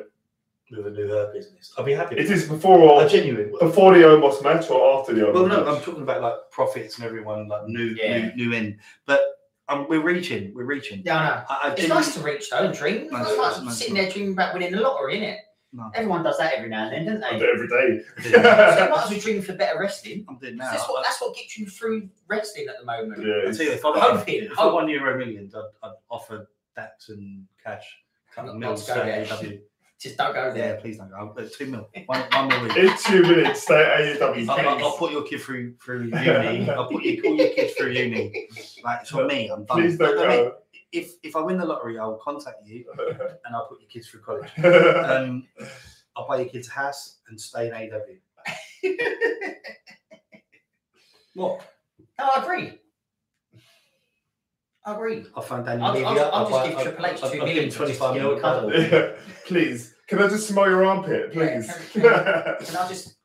S2: with a new her business. I'd be happy.
S3: Is
S2: with
S3: this before
S2: that. I
S3: or
S2: genuinely. would.
S3: before the Omos match or after the Omos
S2: Well, no, I'm
S3: match?
S2: talking about like profits and everyone like new,
S1: Yeah.
S2: new, new in. But um, we're reaching. We're reaching.
S1: yeah, I know.
S2: I, I
S1: It's
S2: genuinely-
S1: nice to reach though, and dream. It's not
S2: Nice,
S1: like
S2: nice,
S1: sitting
S2: nice.
S1: there dreaming about winning the lottery, innit?
S2: No.
S1: Everyone does that every now and then,
S3: I
S1: don't
S3: do
S1: they?
S3: it every day.
S1: so you
S3: yeah,
S1: might as well dream for better wrestling.
S2: I'm doing
S1: 'Cause
S2: now.
S1: That's what, that's what gets you through wrestling at the moment.
S2: I tell you, if I
S1: I'm
S2: won,
S1: hoping.
S2: if I won Euro Millions, I'd, I'd offer Dax and Cash a couple of
S1: Not-
S2: mil.
S1: not to go
S2: say,
S1: there.
S2: "W."
S1: Just don't go
S2: Yeah,
S1: there.
S2: please don't go. I'll, uh, two mil. One, one mil. each.
S3: in two minutes, stay at AEW.
S2: I'll, I'll, I'll
S3: Please,
S2: put your kid through through uni. I'll put your, all your kids through uni. Like it's on me. I'm done.
S3: please don't
S2: I mean,
S3: go.
S2: if if I win the lottery, I'll contact you and I'll put your kids through college. Um, I'll buy your kids a house and stay in AW. what?
S1: No, I agree. I agree.
S2: I'll find Daniel
S1: I'll-
S2: Levy.
S1: I'll- I'll
S2: I'll
S1: just
S2: buy-
S1: give
S2: I'll-
S1: Triple H
S2: I'll-
S1: two
S2: I'll give
S1: million
S2: him
S1: just
S2: 25
S1: to
S2: mil
S1: get the
S2: cuddle.
S3: Yeah, please, can I just smell your
S1: Yeah,
S3: armpit, please?
S1: can- Can I just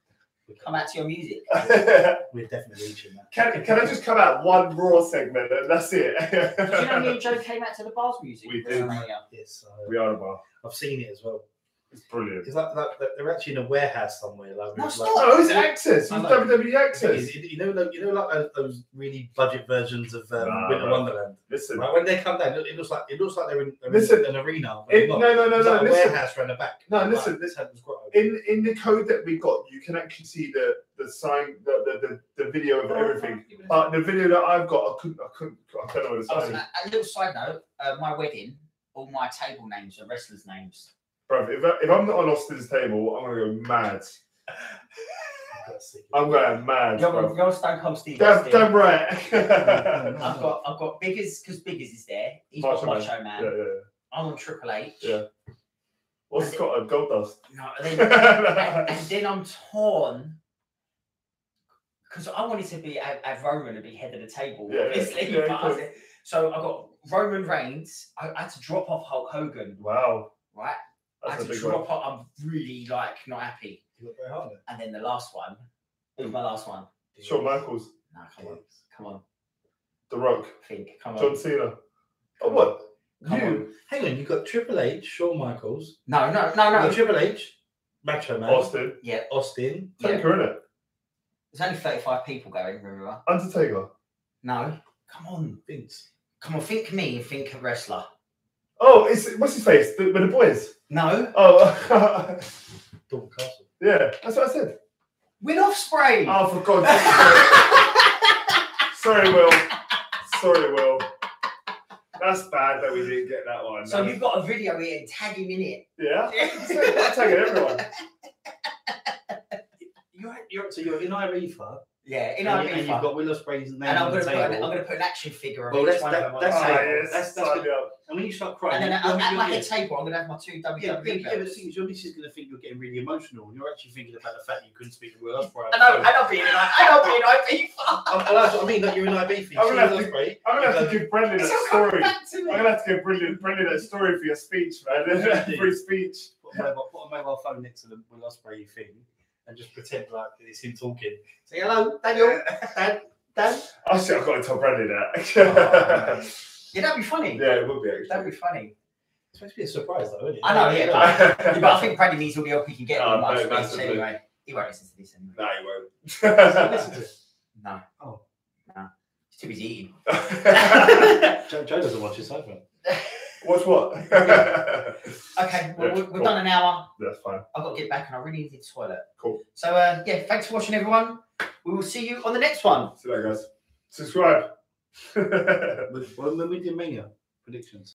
S1: come out to your music?
S2: We're definitely reaching that.
S3: Can, can I just cut out one raw segment and that's it?
S1: Did you know me and Joe came out to the bars music?
S3: We
S1: at
S3: did.
S1: WrestleMania?
S2: Yes,
S3: we are about.
S2: I've seen it as well.
S3: It's brilliant.
S2: It's like, like like they're actually in a warehouse somewhere. Like,
S1: No,
S2: with,
S1: it's
S2: like-
S1: not.
S3: Oh, it's Access. It's
S2: I know.
S3: WWE Access.
S2: Is- you know, like, you know, like those- those really budget versions of um,
S3: Nah,
S2: Winter
S3: nah.
S2: Wonderland.
S3: Listen,
S2: Right, when they come down, it it looks like it looks like they're in, they're in
S3: Listen.
S2: an arena. but
S3: it,
S2: not.
S3: no, no, no,
S2: It's
S3: no.
S2: like a
S3: Listen,
S2: warehouse round the back.
S3: No,
S2: Like,
S3: listen.
S2: this hand was quite open.
S3: in in the code that we got, you can actually see the the sign, the the, the, the video
S2: Oh,
S3: of everything. But the video that I've got, I couldn't, I couldn't, I don't know what it's
S1: A,
S3: like.
S1: a little side note: uh, my wedding, all my table names are wrestlers' names.
S3: Bro, if, I, if I'm not on Austin's table, I'm gonna go mad.
S2: That's sick.
S3: I'm going mad,
S1: You're,
S3: bro.
S1: you're Stone Cold Steve.
S3: Damn,
S1: Austin.
S3: damn right.
S1: I've got I've got Biggers because Biggers is there. He's
S3: Macho
S1: got
S3: Man.
S1: Macho
S3: yeah,
S1: Man.
S3: yeah.
S1: I'm on Triple H.
S3: Yeah. What's got a gold dust?
S1: No, and then, and, and then I'm torn because I wanted to be have, have Roman and be head of the table,
S3: Yeah, yeah,
S1: obviously.
S3: yeah,
S1: but I was-
S3: cool.
S1: so I got Roman Reigns. I, I had to drop off Hulk Hogan,
S3: wow,
S1: right? I had
S3: that's a
S1: to
S3: big one.
S1: drop off. I'm really like not happy.
S2: You look very hard.
S1: And then the last one, who's
S2: Hmm.
S1: my last one?
S3: Shawn Michaels,
S1: No, come on, come on,
S3: The Rock,
S1: think, come on.
S3: John Cena. Oh what?
S1: Come
S3: you?
S2: Hang on, you've got Triple H, Shawn Michaels,
S1: No, no, no,
S2: no,
S1: no.
S2: Triple H, Macho Man,
S3: Austin,
S1: Yeah,
S2: Austin,
S1: yeah.
S3: Taker, innit?
S1: There's only 35 people going. Remember?
S3: Undertaker.
S1: No, come on,
S2: Vince.
S1: come on. Think me and think a wrestler.
S3: Oh, it's what's his face? The, with the boys.
S1: No,
S3: Oh,
S2: Dawn Castle.
S3: yeah, that's what I said.
S1: With Osprey.
S3: Oh, for God's sake. Sorry, Will. Sorry, Will. That's bad that we didn't get that one.
S1: so you've got a video here and tag him in it.
S3: yeah, I'm tagging everyone.
S2: You're, you're, so you're in IREFA,
S1: yeah, in
S2: and,
S1: our
S2: you, and you've got Willow Spray's name
S1: and I'm
S2: on the
S1: gonna put
S2: table.
S1: an, I'm gonna put an action figure of
S2: Well,
S1: each
S2: that's-
S1: one
S2: that-
S1: of them. on
S2: that's
S1: the
S2: how-
S3: Ah,
S1: table.
S3: yes,
S2: That's- that's
S3: sign
S2: good.
S3: me up.
S2: and when you start
S1: and
S2: crying,
S1: then
S2: you're,
S1: at, at
S2: you're,
S1: like a
S2: you're,
S1: table, I'm gonna have my two WWE
S2: yeah, but, yeah, but
S1: belts.
S2: the thing is, your missus is going to think you're getting really emotional, and you're actually thinking about the fact you couldn't speak the word Osprey.
S1: And I'm, and I'm being like, and I'm being like, FIFA.
S2: I'm, and that's what I mean. Like you're in IB for
S3: I'm gonna have to-
S2: Osprey.
S3: I'm gonna have to give Brendan a
S1: It's all coming
S3: story. I'm
S1: back to me.
S3: gonna have to give Brendan, Brendan a story for your speech, man. Free speech.
S2: Put a, mobile, put a mobile phone next to the Will Osprey thing, and just pretend like it's him talking. Say hello, Daniel, Dan, Dan.
S3: Oh shit, I've got to tell Brendan that.
S1: Yeah, that'd be funny.
S3: yeah, it would be actually.
S1: That'd be funny.
S2: It's supposed to be a surprise, though, isn't it?
S1: I know, yeah, but- Yeah, but I think Brady needs all the help he can get.
S3: Oh,
S1: in my
S3: no,
S1: space
S3: massively.
S1: anyway, he won't listen to this anyway.
S3: no, you won't.
S2: listen to it.
S1: No.
S2: Oh.
S1: No. He's too busy eating.
S2: Joe, Joe doesn't watch his iPhone.
S3: What's what? That's
S1: okay, well,
S3: Yeah,
S1: we- we've
S3: cool.
S1: done an hour.
S3: fine.
S1: I've got to get back and I really need to the toilet.
S3: Cool.
S1: So, uh, yeah, thanks for watching, everyone. We will see you on the next one.
S3: See you later, guys. Subscribe.
S2: When, when we did Mania predictions.